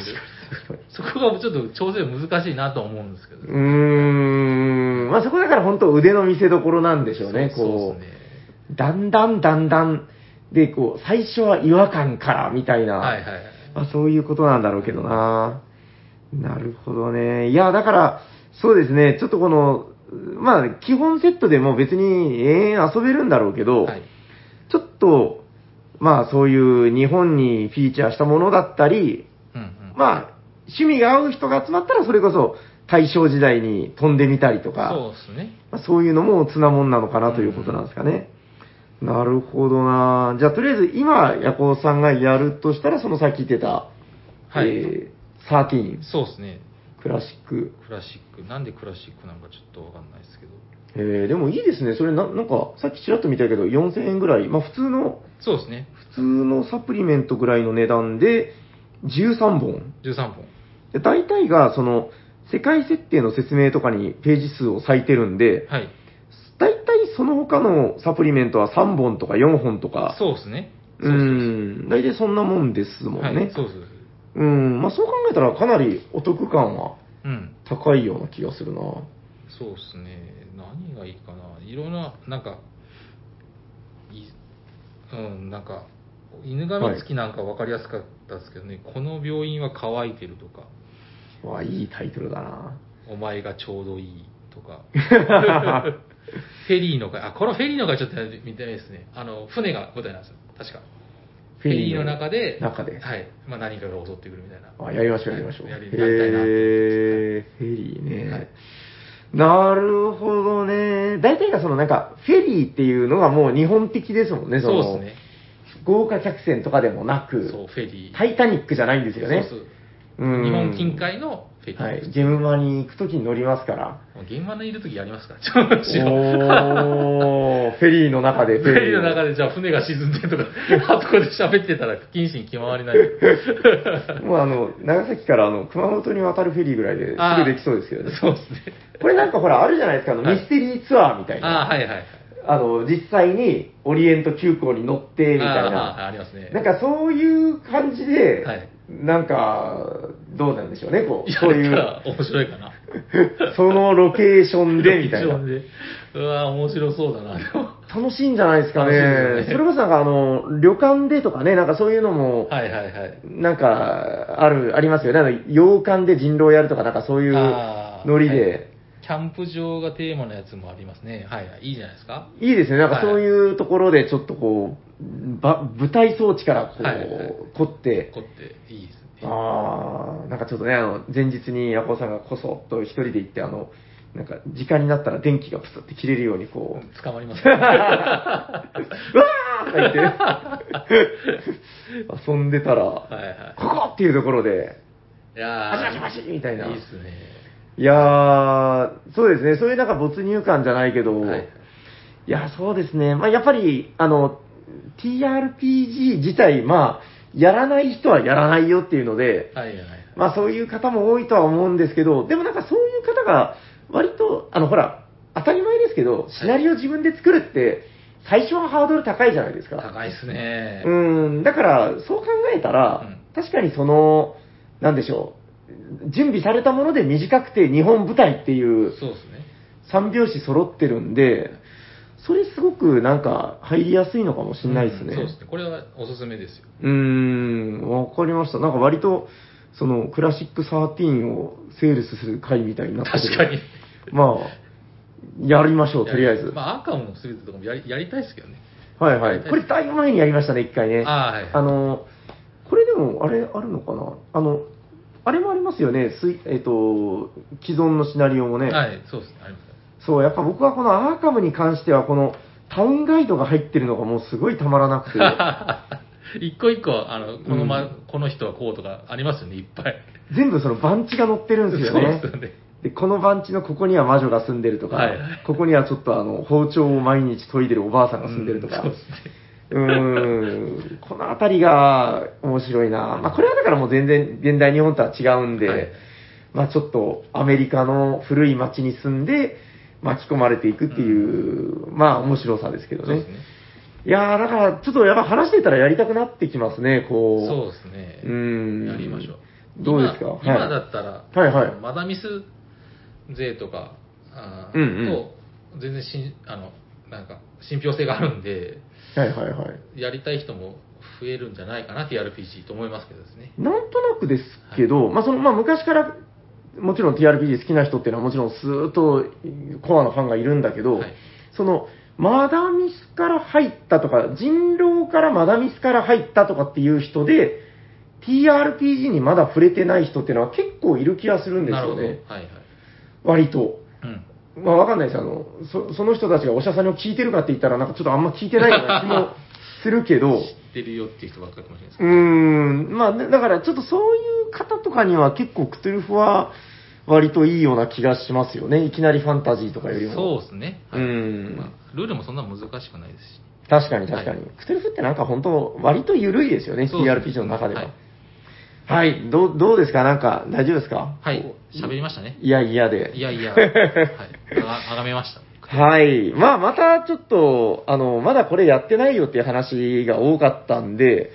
そこがちょっと調整難しいなと思うんですけど
うーん、まあそこだから本当腕の見せ所なんでしょうね、こう。
そうですね
だんだんだんだん、で、こう、最初は違和感からみたいな、
はいはい
まあ、そういうことなんだろうけどな。なるほどね。いや、だから、そうですね、ちょっとこの、まあ、基本セットでも別に永遠遊べるんだろうけど、
はい
ちょっと、まあそういう日本にフィーチャーしたものだったり、
うんうん
まあ、趣味が合う人が集まったらそれこそ大正時代に飛んでみたりとか、
そうですね
まあ、そういうのもつなもんなのかなということなんですかね。なるほどなじゃあ、とりあえず今、ヤコウさんがやるとしたら、そのさっき言ってた、
はい
えー、13、
そうですね
クラシック。
クラシックなんでクラシックなんかちょっとわかんないですけど
えー、でもいいですね。それな、なんか、さっきちらっと見たけど、4000円ぐらい。まあ、普通の、
そうですね
普通のサプリメントぐらいの値段で、13本。
13本
で、大体が、その、世界設定の説明とかにページ数を割いてるんで、
はい
大体その他のサプリメントは3本とか4本とか、
そうですね
う
そうです
ん、大体そんなもんですもんね。
はい、そうそうそう
うん、まあそう考えたらかなりお得感は
うん
高いような気がするな。
そうですね何がいいかないろんななんかいうんなんか犬神付きなんか分かりやすかったですけどね、この病院は乾いてるとか
わあ、いいタイトルだな。
お前がちょうどいいと かフェリーの会あこのフェリーの会ちょっと見たいですねあの船が舞台なんですよ確かフェリーの中で
中で。
はいまあ、何かが襲ってくるみたいな
あ、やりましょう、やりましょう。
やり
へ
やりたいなって
え、フェリーね。
はい
なるほどね。大体がそのなんか、フェリーっていうのがもう日本的ですもんね、その。
そうですね
豪華客船とかでもな
そ
く
う、フェリー
タイタニックじゃないんですよね。
そうそう
うん
日本近海のフェリー、
はい。ゲームマに行くときに乗りますから。
現場にいるときやりますから、ちょっと後ろ。
おー、フェリーの中で
フェリーの中
で。
でじゃあ船が沈んでと か、あそこで喋ってたら不謹慎極まりない。
もうあの、長崎からあの、熊本に渡るフェリーぐらいです
あー
ぐできそうですけどね。
そうですね。
これなんかほら、あるじゃないですか、あの、
はい
ミステリーツアーみたい
ああ、
な。
はいはいはい。
あの、実際にオリエント急行に乗って、みたい
ああ、
な。
ありますね。
なんかそういう感じで、
はい
なんか、どうなんでしょうね、こう、
や
そうい
った
う、
ら面白いかな。
そのロケーションで、みたいな
一応。ねうわ面白そうだな。でも
楽しいんじゃないですかね。
楽しいですね
それこそなんかあの、旅館でとかね、なんかそういうのも、
はいはいはい。
なんか、ある、ありますよね。あの、洋館で人狼やるとか、なんかそういう
あー
ノリで、
はいキャンプ場がテーマのやつもありますね。はいはい。いいじゃないですか。
い、いですね。なんか
はい
そういうところで、ちょっとこう、ば舞台装置からこう、
はいはい
凝って、
こうっていいですね。
あー、なんかちょっとね、あの、前日にヤコウさんがこそっと一人で行って、あの、なんか、時間になったら電気がプツって切れるようにこう、
捕まりますね。
うわーとか 言って、遊んでたら、
はいは
ここっていうところで、
い。いや
パ
ー
チパチパチみたいな。
いいっすね。
いやー、そうですね、そういうなんか没入感じゃないけど、
はい
い、や、そうですね、まあ、やっぱり、あの、TRPG 自体、まあ、やらない人はやらないよっていうので、
はいはいはい。
まあそういう方も多いとは思うんですけど、でもなんかそういう方が、割と、あの、ほら、当たり前ですけど、シナリオ自分で作るって、最初はハードル高いじゃないですか。
高いっすね。
うん、だから、そう考えたら、
うん
確かにその、なんでしょう、準備されたもので短くて日本舞台っていう
そうっすね。
三拍子揃ってるんで、それすごくなんか入りやすいのかもしれないです
う
ね。
んそうですね。これはおすすめですよ。
うーん、わかりました。なんか割と、そのクラシック13をセールスする会みたいになってる
確かに。
まあ、やりましょう、とりあえず。
まあ、アーカムのすべてとかもやりやりたいですけどね。
はいはい。これだいぶ前にやりましたね、一回ね。
あーはい
あの、これでも、あれ、あるのかなあの、あれもありますよね、すいえっ、と、既存のシナリオもね。
はい、そうですね。あります
そう、やっぱ僕はこのアーカムに関しては、このタウンガイドが入ってるのがもうすごいたまら なくて。
一個一個、あの、このま、
う
この人はこうとかありますよね、いっぱい。
全部その番地が載ってるんですよね。
そうですよね
で、この番地のここには魔女が住んでるとか、
はいはい
ここにはちょっとあの、包丁を毎日研いでるおばあさんが住んでるとか、
うそ
うん
うですね。
ーん、このあたりが面白いな。まあ、これはだからもう全然現代日本とは違うんで、
はい
まあちょっとアメリカの古い町に住んで巻き込まれていくっていう、まあ面白さですけど
そうで
ね
す。ね。
いやー、だからちょっとやっぱ話してたらやりたくなってきますね、こう。
そうですね。
うーん
やりましょう。
どうですか
今,、
はい
だったら、
はいはい
マダミス税とか、あー
うんうん
と、全然しん、あの、なんか、信憑性があるんで、
はいはいはい。
やりたい人も増えるんじゃないかな、TRPG と思いますけどですね。
なんとなくですけど、まあそのまあ、昔からもちろん TRPG 好きな人っていうのはもちろんスーッとコアのファンがいるんだけど、
はい
そのマダミスから入ったとか人狼からマダミスから入ったとかっていう人で TRPG にまだ触れてない人っていうのは結構いる気がするんです
なるほ
よ
ど。はい
ね
はい。
割と。
うん。
まあ、わかんないですあのそその人たちがおしゃさんを聞いてるかって言ったらなんかちょっとあんま聞いてないような 気もするけど
知ってるよっていう人ばっかりかもしれないです
うーん、まあ、だだからちょっとそういう方とかには結構クトゥルフは割といいような気がしますよね。いきなりファンタジーとかよりも。
そうですね。は
う
い
ん
まあルールもそんな難しくないですし。
確かに確かに。
は
クトゥルフってなんか本当割と緩いですよね、
そうです
TRPG の中では。
は
はいい、どう、どうですかなんか大丈夫ですか
はい
こ。う
喋りましたね。
いやいやで。
いや いや。はい。あがあがめました。
はい。まあ、またちょっと、あの、まだこれやってないよっていう話が多かったんで、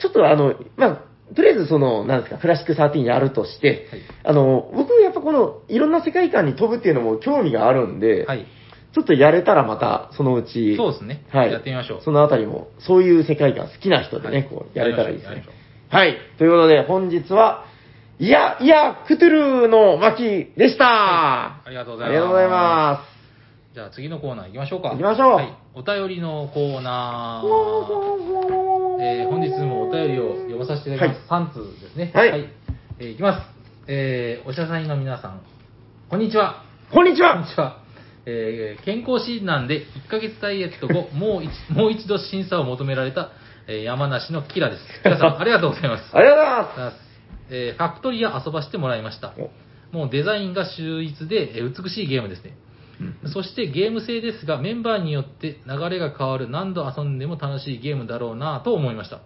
ちょっとあの、まあ、とりあえずその、なんですか、クラシック13やるとして、
はい
あの、僕やっぱこの、いろんな世界観に飛ぶっていうのも興味があるんで、
はい。
ちょっとやれたらまた、そのうち、
そうですね。
はい。
やってみましょう。
そのあたりも、そういう世界観好きな人でね、
はい
こう、やれたらいいです
やり
ね
ましょうや。
はい。ということで、本日は、いや、いや、クトゥルーの巻でした、
ありがとうござ
あ
います。
りがとうございます。
じゃあ次のコーナー行きましょうか。
行きましょう
はい。お便りのコーナー。えー本日もお便りを読まさせていただきます。3通ですね。
はい
えーいきます。えーお医者さんの皆さん、こんにちは。
こんにち
こんに
は
ちは。えー健康診断で1ヶ月ダイエット後、もう一もう一度審査を求められた、えー山梨のキラです。キラさん、ありがとうございます。
ありがとうございま
えーファクトリア遊ばしてもらいました。もうデザインが秀逸で、えー美しいゲームですね。そしてゲーム性ですが、メンバーによって流れが変わる、何度遊んでも楽しいゲームだろうなぁと思いました。
す。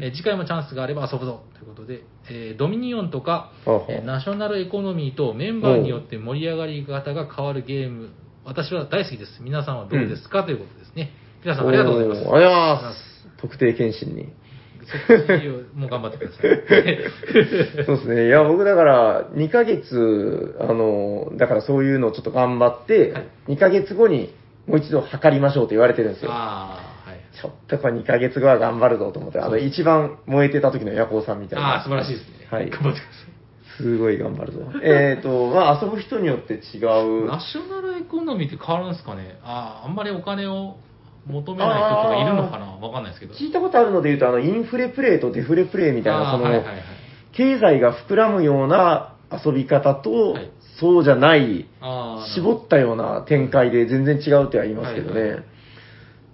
えー次回もチャンスがあれば遊ぶぞということで、えードミニオンとか、
あは
えーナショナルエコノミーとメンバーによって盛り上がり方が変わるゲーム、私は大好きです。皆さんはどうですか、ということですね。皆さんありがとうございます。
おーありがとうございます。特定検診に。
そっちをもう頑張ってください。
そうですね。いや、僕だから、2ヶ月、あの、だからそういうのをちょっと頑張って、
はい
2ヶ月後にもう一度測りましょうと言われてるんですよ。
ああ、はい。
ちょっとこれ2ヶ月後は頑張るぞと思って、あ
そ
の、
う
一番燃えてた時の夜行さんみたい
ああ、
な
素。晴らしいですね。
はい
頑張ってください。
すごい頑張る ぞ。えっと、まあ遊ぶ人によって違う。
ナショナルエコノミーって変わるんですかねああ、あんまりお金を求めない人とかいるのかなわかんないですけど。
聞いたことあるので言うと、あの、インフレプレーとデフレプレーみたいな、
あ
そ
ー
の、
はいはいはい。
経済が膨らむような遊び方と、
はい
そうじゃない、
あー
絞ったような展開で全然違うっては言いますけどね。
はいは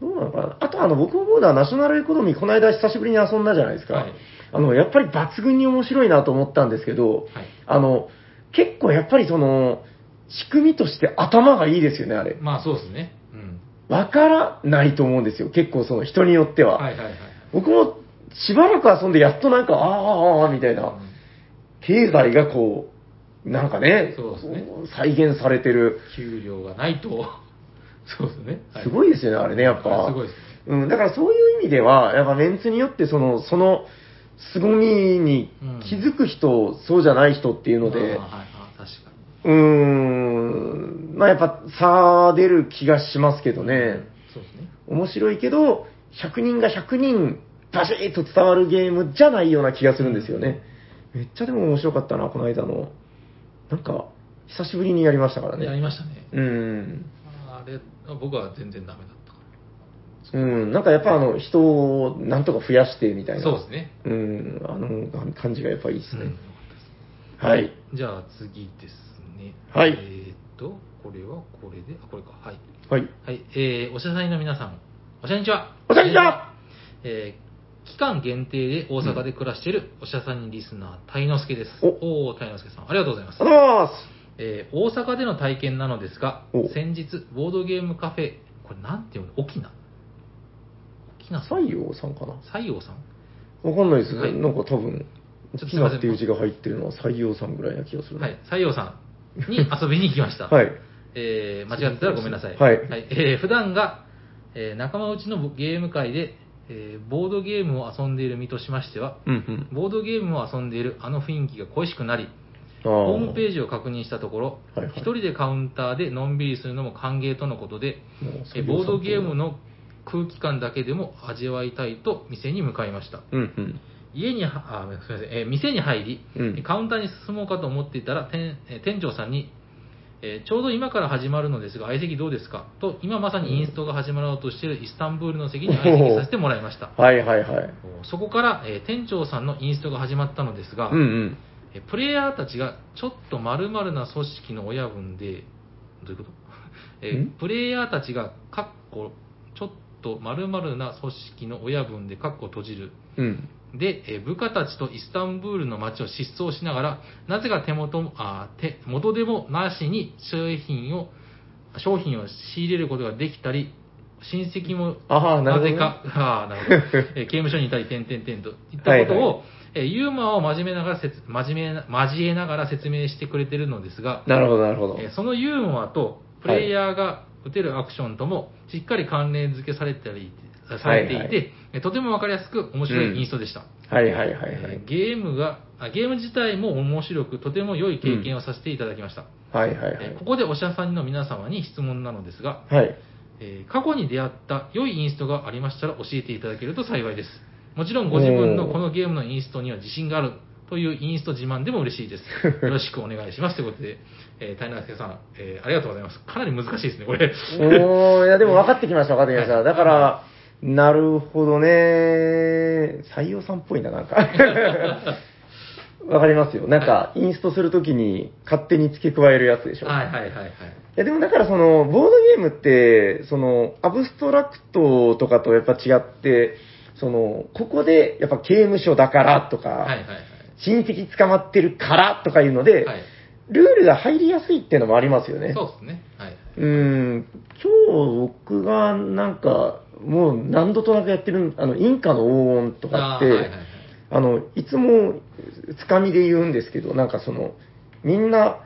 どうなのかなあと、あの、僕思うのはナショナルエコノミー、この間久しぶりに遊んだじゃないですか。
はい
あの、やっぱり抜群に面白いなと思ったんですけど、
はい
あの、結構やっぱりその、仕組みとして頭がいいですよね、あれ。
まあそうですね。うん。
わからないと思うんですよ。結構その人によっては。
はいはいはい。
僕もしばらく遊んでやっとなんか、ああ、ああ、ああみたいな。経済がこう、なんかね、
そうですね
再現されてる。
給料がないと、 そうですね。
すごいですよね、あれね、やっぱ。
すごいです。
うん、だからそういう意味では、やっぱメンツによってその、その、凄みに気づく人、そうじゃない人っていうので、
あーはいはい、確か
うーん、まあやっぱ差出る気がしますけど
に。
ね。
そうですね。
面白いけど、100人が100人、バシッと伝わるゲームじゃないような気がするんですよね。めっちゃでも面白かったな、この間の。なんか、久しぶりにやりましたから
やり
ね。
ましたね。
うん。
あれ、僕は全然ダメだったか
うん、なんかやっぱあの、人をなんとか増やしてみたい
ら。
な。
そうですね。
うん、あの感じがやっぱいいです
うん
ね。はい。
じゃあ次ですね。
はい
えーっと、これはこれで、あ、これか。はい。
はい。
はい。えー、おしゃさんの皆さん、おしゃにちは。
おしゃにちは
えー期間限定で大阪で暮らしているおしゃさんにリスナー、たいのすけです。おおー、たいのすけさん、ありがとうございます
あ。ざーす
えー大阪での体験なのですが
お、
先日、ボードゲームカフェ、これなんて読むの沖縄沖縄さん
西洋さんかな
西洋さん
わかんないです。
はい
なんか多分、
ちょっとす
き
いま
な
せん
っていう字が入ってるのは採用さんぐらいな気がする。
はい、西洋さん に遊びに行きました。
はい。
えー間違ってたらごめんなさい。
はい
えー普段が、えー仲間内のゲーム会で、えーボードゲームを遊んでいる身としましては、
うんうん。
ボードゲームを遊んでいるあの雰囲気が恋しくなり、
あ
ホームペ
ジ。
ージを確認したところ、一、
はいはい
人でカウンターでのんびりするのも歓迎とのことで、
もう
え
採用さん
ーボードゲーム。の空気感だけでも味わいたいと店に向かいました。
うんうん。
家には、あ、すみません、えー店に入り、
うん
カウンターに進もうかと思っていたら、店えー店長さんに、えーちょうど今から始まるのですが、相席どうですかと、今まさにインストが始まろうとしているイスタンブールの席に相席させてもらいました。
はいはいはい。
そこから、えー店長さんのインストが始まったのですが、
うんうん。
えープレイヤーたちがちょっと丸々な組織の親分で、どういうことえー
ん
プレイヤーたちが、かっこ、ちょっと丸々な組織の親分で、かっこ閉じる、
うん。
で、えー部下たちとイスタンブールの街を疾走しながら、なぜか手元も、あー手元でもなしに商品を、商品を仕入れることができたり、親戚も、
ああ、
な
なるほど、
ぜ
ね。
か、あーなるほど えー刑務所にいたり、点々点といったことを、えーユーモアを真面目ながら説、真面目な、交えながら説明してくれてるのですが、
なるほど、なるほど。
えーそのユーモアと、プレイヤーが打てるアクションとも、しっかり関連付けされてりされていて、
はいはい
えーとてもわかりやすく面白いインストでした。
はいはいはいは
えー。
い
ゲームがあゲーム自体も面白くとても良い経験をさせていただきました、
はいはいは
えーこ
い。
こでおしゃさんの皆様に質問なのですが、
はい。
えー過去に出会った良いインストがありましたら教えていただけると幸いですもちろんご自分のこのゲームのインストには自信があるというインスト自慢でも嬉しいですよろしくお願いしますということで、えー、谷中さん、えーありがとうございますかなり難しいですねこれ
おー、いやでも分かってきました、分かってきまし
は
た。
い
だから、なるほどね。採用さんっぽいな、なん か。わかりますよ。なんか、インストするときに勝手に付け加えるやつでしょ。
はいはいはいはい
いやでもだからその、ボードゲームって、その、アブストラクトとかとやっぱ違って、その、ここでやっぱ刑務所だからとか、
はいはいはい
親戚捕まってるからとかいうので、
はい
ルールが入りやすいっていうのもありますよね。
そうですねはい、
うーん今日僕がなんか、もう何度となくやってる、あの、インカの黄金とかっ
あ
て、
ー
あ,、
はいはいはい
の、いつもつかみで言うんですけど、なんかその、みんな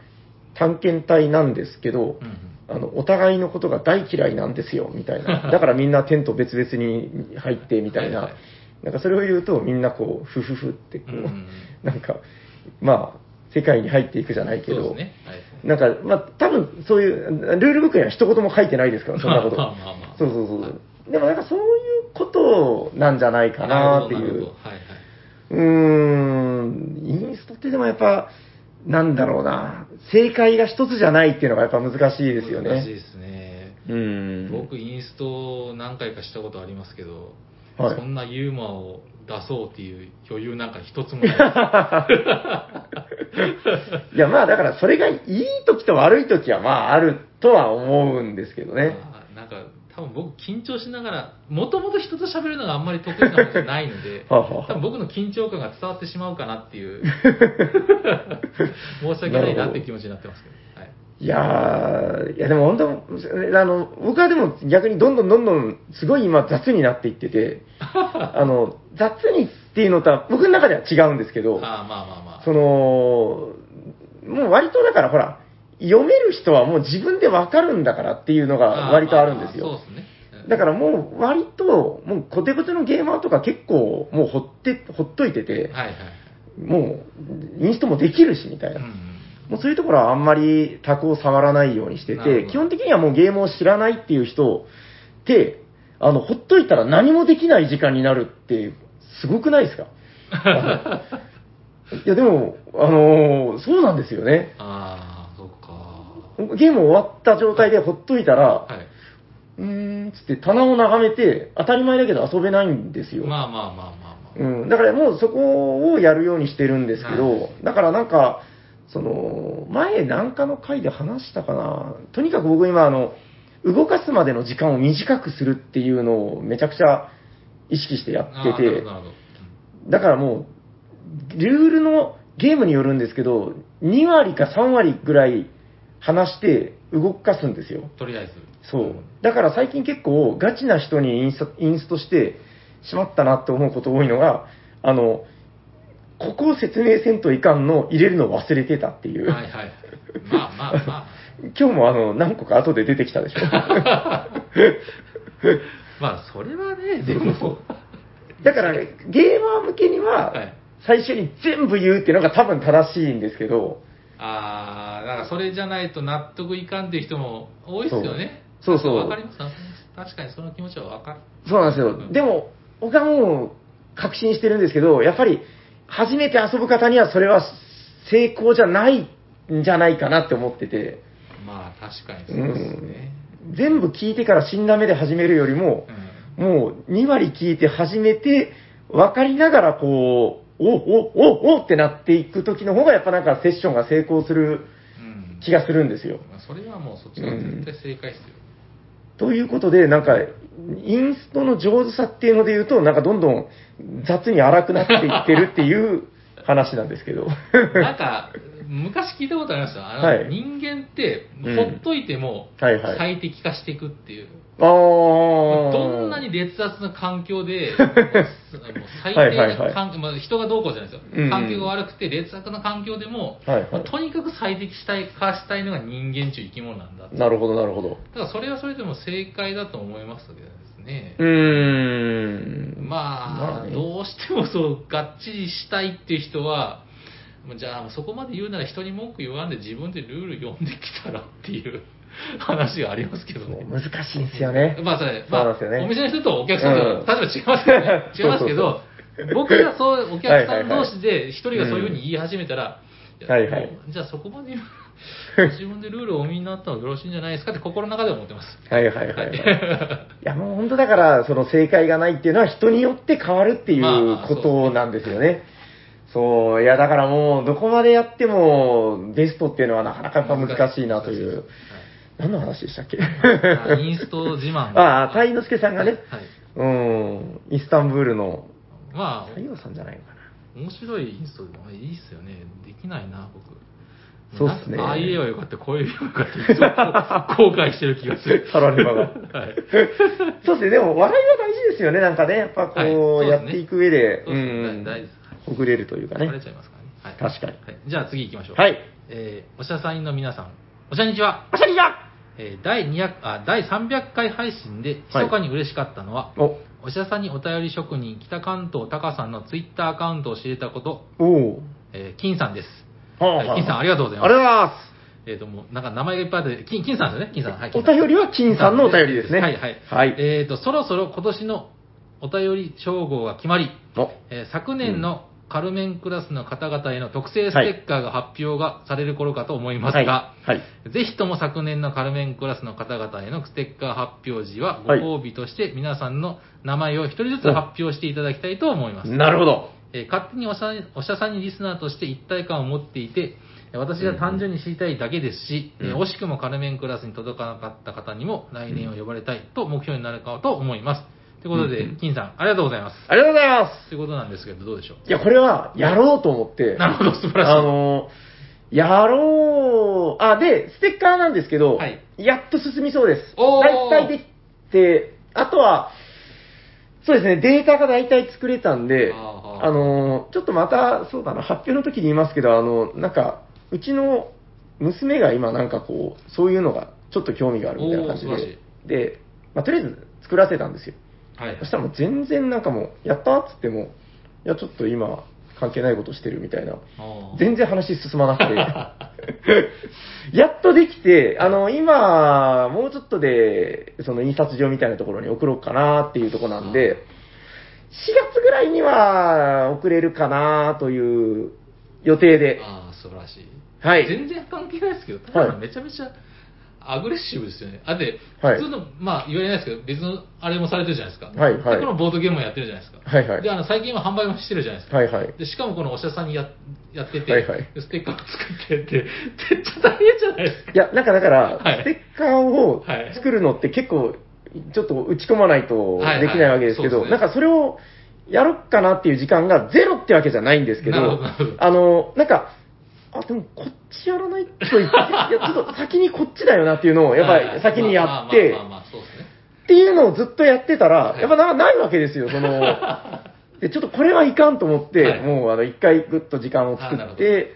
探検隊なんですけど
う、んうん
あの、お互いのことが大嫌いなんですよ、みた いな。だからみんなテント別々に入って、みたい
はいは。
ないなんかそれを言うとみんなこう、ふふふってこう、
うんうん
なんか、まあ、世界に入っていくじゃない
そ
け
うで
ど、
すねはい
なんか、まあ、多分そういう、ルールブックには一言も書いてないですから、そんなこ と。
まあまあまあまあ
そうそうそう。
は
でもなんかそういうことなんじゃないかなってい
なるほどなる
う
ほ。どはいはいう
ーん、インストってでもやっぱ、なんだろうな、正解が一つじゃないっていうのがやっぱ難しいですよね。
難しいですね
うん。
僕インストを何回かしたことありますけど、
はい
そんなユーモアを出そうっていう余裕なんか一つもない。
いや、まあだからそれがいい時と悪い時はまああるとは思うんですけど ね。、
まあなんか、多分僕緊張しながら、もともと人と喋るのがあんまり得意なものじゃないので
はあはあ
多分僕の緊張感が伝わってしまうかなって いう、申し訳ないなっていう気持ちになってますけど。はい
いやー、いやでも本当、あの、僕はでも逆にどんどんどんどんすごい今雑になっていっ てて、あの、雑にっていうのとは僕の中では違うんですけど、
ああ、まあまあまあ。
その、もう割とだからほら、読める人はもう自分でわかるんだからっていうのが割とあるんです
ま
よ
ま。そうですね。うん
だからもう割と、もうコテコテのゲーマーとか結構もうほって、ほっといてて、
はいはい。
もうインストもできるしみたいな。もうそういうところはあんまり卓を触らないようにして
なるほ
て、
ど
基本的にはもうゲームを知らないっていう人って、あの、ほっといたら何もできない時間になるって、すごくないですか あのいや、でも、あのーそうなんですよね。
ああ、そっか。
ゲーム終わった状態でほっといたら、
はいう
ーん、つって棚を眺めて、当たり前だけど遊べないんですよ。
まあまあまあまあまあ。
うん、だからもうそこをやるようにしてるんですけど、
は
だからなんか、その、前なんかの回で話したかな。とにかく僕今、あの、動かすまでの時間を短くするっていうのをめちゃくちゃ意識してや
あ
っ
あ
て
なる
て
ほど、なるほど。
だからもう、ルールのゲームによるんですけど、2割か3割ぐらい話して動かすんですよ。
うんとりあえず。
そう。だから最近結構ガチな人にインストインストしてしまったなって思うこと多いのが、あの、ここを説明せんといかんの入れるの忘れてたっていう。
はいはい。まあまあまあ。
今日もあの、何個か後で出てきたでし ょ。
まあ、それは ね、でも。
だから、ゲーマー向けには
はい、
最初に全部言うっていうのが多分正しいんですけど、
ああ、だからそれじゃないと納得いかんっていう人も多いですよね。
そうそうそう
わかります。わかります確かにその気持ちはわかる。
そうなんですよ。でも、僕はもう確信してるんですけど、やっぱり、初めて遊ぶ方にはそれは成功じゃないんじゃないかなって思ってて。
まあ、確かにそうですね。
全部聞いてから死んだ目で始めるよりも
う、ん
もう2割聞いて始めて、分かりながらこう、おおおおってなっていく時の方がやっぱなんかセッションが成功する
うん
気がするんですよ。
まあそれはもうそっちが絶対正解ですよ。
ということで、なんか、インストの上手さっていうので言うと、なんかどんどん雑に荒くなっていってるっていう話なんですけ ど。
なんか、昔聞いたことありました。あの、
はい
人間って、
うん
ほっといても、
はいはい
最適化していくっていう。
あー。
どんなに劣悪な環境で、もう最
はい
低
はいは
ない環境、まあ人がどうこうじゃないです
うんうん
よ。環境が悪くて劣悪な環境でも、
はいは
とにかく最適したい化したいのが人間中生き物なんだ。だ
い。なるほどなるほど。
からそれはそれでも正解だと思いますけどですね
う。ーん。ま
ま
あ
あ、
ね
どうしてもそう、がっちりしたいっていう人は、もうじゃあ、そこまで言うなら人に文句言わんで自分でルール読んできたらっていう話がありますけど
そう
ね。
難しいんですよね。
まあそれ、
そう
ま
なん
あ
ですよね、
お店の人とお客さんと
うん
は立場違いますけどね
そうそうそう
違いますけど、僕がそう、お客さん同士で一人がそういうふうに言い始めたら、や
はいはい
もうじゃあそこまで言う自分でルールをお見になったのがよろしいんじゃないですかって心の中では思ってます。
はいはいはい、 はい。いやもう本当だから、その正解がないっていうのは人によって変わるってい
まあま
う
あ
ことなんですよね。そう、いやだからもうどこまでやってもベストっていうのはなかなかやっぱ難しいなとい
難
う
し。
何の話でしたっけ
はいあインスト自慢
ああ、鯛之助さんがね、
はい。
うん、イスタンブールの、
まあ
太、陽さんじゃないのかな。
面白いインストでもいいっすよね。できないな、僕。
そうっすね。
なんかああ言えばよかった、こう言えばよかった、ちょっと後悔してる気がする
サラリーマンが
はい。
そうですね、でも笑いは大事ですよね、なんかね、やっぱこう、
はいそうですね
やっていく上で、
そう
う
ですね
ん
大大事で、
ほぐれるというか
疲れ
ね。
ちゃいますからね。はい。
確かに
はい、じゃあ次行きましょう。
はい。
えーおしゃさんの皆さん、おしゃにちは。
あしゃりじゃ
えー第200あ、第300回配信で、密かに嬉しかったのは、
お、
おしゃさんにお便り職人、北関東高さんのツイッターアカウントを知れたこと、
お
えー金さんです。
ー。は
はい金さんありがとうございます
ありがとうございます。
えっ、と、もう、なんか名前がいっぱいあって、金、金さんですよね、金さん。はい、
お
金さん
便りは金さんのお便りですね。
はい、はい。
はい。
えっ、と、そろそろ今年のお便り称号が決まり、
お
えー昨年のカルメンクラスの方々への特製ステッカーが発表がされる頃かと思いますが、
はい。はい
ぜひとも昨年のカルメンクラスの方々へのステッカー発表時は、ご
はい
褒美として皆さんの名前を一人ずつ発表していただきたいと思います。
なるほど。
えー勝手におしゃおしゃさんにリスナーとして一体感を持っていて、えー私が単純に知りたいだけですし、
うん
えー惜しくもカルメンクラスに届かなかった方にも来年を呼ばれたいと目標になるかと思います。ということで、
うん
金さん、ありがとうございます。
ありがとうございま
ということなんですけど、どうでしょ
す。いや、これは、やろうと思って。
う。なるほど、素晴らしい。
あの、やろう、あ、で、ステッカーなんですけど、
はい
やっと進みそうです。
おー
大体できて、あとは、そうですね、データが大体作れたんで、
あー
あの、ちょっとまた、そうだな、発表の時に言いますけど、あの、なんか、うちの娘が今なんかこう、そういうのがちょっと興味があるみたいな感じ
おー素晴ら
で、で、まあ、とりあえず作らせたんですよ。
はいはい
そしたらもう全然なんかもう、やったーっつっても、いや、ちょっと今、関係ないことしてるみたいな。
あー
全然話進まなくて。やっとできて、あの、今、もうちょっとで、その印刷所みたいなところに送ろうかなっていうところなんで、4月ぐらいには送れるかなという予定で、
ああ、素晴らしい。
はい
全然関係ないですけど、ただめちゃめちゃアグレッシブですよね。あで、
はい
普通の、まあ言われないですけど、別のあれもされてるじゃないですか。
はいはい
で、このボードゲームもやってるじゃないですか。
はいはい
で、あの、最近は販売もしてるじゃないですか。
はいはい。
で、しかもこのお医者さんにややってて、
はいはい
ステッカー作ってって、めっちゃ大変じゃないですか。
いや、なんかだから、
はい
ステッカーを
はい
作るのって結構、ちょっと打ち込まないと
はいはい
できないわけですけど、
そうです
な
ね
んかそれをやろっかなっていう時間がゼロってわけじゃないんですけど、
なるほどなるほど
あの、なんか、あ、でもこっちやらないといけない。い や、ちょっと先にこっちだよなっていうのを、やっぱり先にやって
まあ、まあまあまあまあ、そうですね。
っていうのをずっとやってたら、
はい
やっぱなないわけですよ、その、 で、ちょっとこれはいかんと思って、
はい
もうあの、一回ぐっと時間を作
あなる
っ
ほ
て、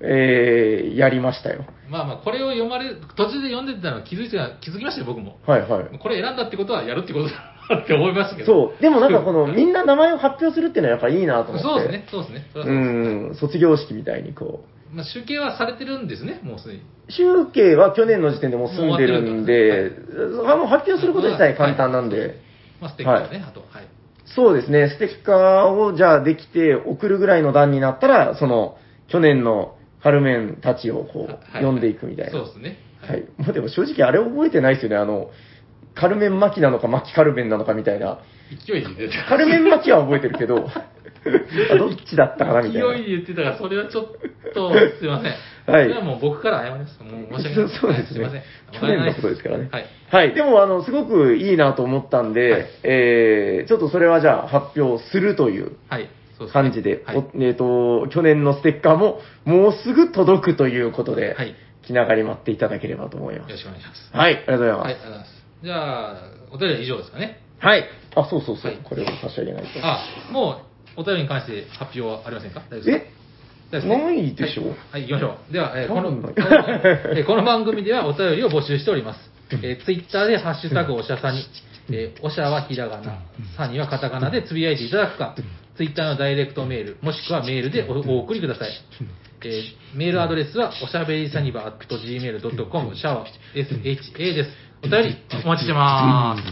えー、やりましたよ。
まあまあ、これを読まれる、途中で読んでたの気づいてた気づきましたよ、僕も。
はいはい。
これ選んだってことはやるってことだなって思いましたけど。
そう、でもなんか この、みんな名前を発表するっていうのはやっぱいいなと思って。
そうですね、そうですね。それはそううです
ん、卒業式みたいにこう。
まあ、集計はされてるんですね、もうすでに。
集計は去年の時点でもう済んでるんで、あの発表すること自体簡単なんで、
はいまあ、ステッカーね、あと、はい。
そうですね、ステッカーをじゃあできて送るぐらいの段になったら、その、去年の春面たちをこ
は
う、
い
読んでいくみたいな。
そうですね。
はい。もうでも正直あれ覚えてないですよね、あの、カルメン巻きなのか巻きカルメンなのかみたいな。
勢いで出て
カルメン巻きは覚えてる けど、あどっちだったかなみたいな。
勢いで言ってたから、それはちょっと、すいません。
はい
それはもう僕から謝ります。もう申し訳ない
そうで
はいい
すね
ません。。
去年のことですからね。
はい。
はい。でも、あの、すごくいいなと思ったんで、えー、ちょっとそれはじゃあ発表するという
はい。そうすね
感じで、
はい。
おえっ、と、去年のステッカーももうすぐ届くということで、
はいよ
気長に待っていただければと思います
ろ。しくお願いします。
はい、ありがとうございます。
はい、ありがとうございます。じゃあ、お便りは以上ですかね。
はい。あ、そうそうそう、
はい
これを差し上げないと。
あ、もう、お便りに関して発表はありませんか大丈夫ですか
え
大丈夫すか
ないでしょ
はい、はい行きましょう。では、えーこの、
多分ない
えーこの番組ではお便りを募集しております。えツイッター Twitter でハッシュタグおしゃさに、えーおしゃはひらがな、さにはカタカナでつぶやいていただくか、ツイッターのダイレクトメール、もしくはメールでおお送りください。えーメールアドレスは、おしゃべりさにば at gmail.com、シャワー sha です。お便り、お待ちしてます。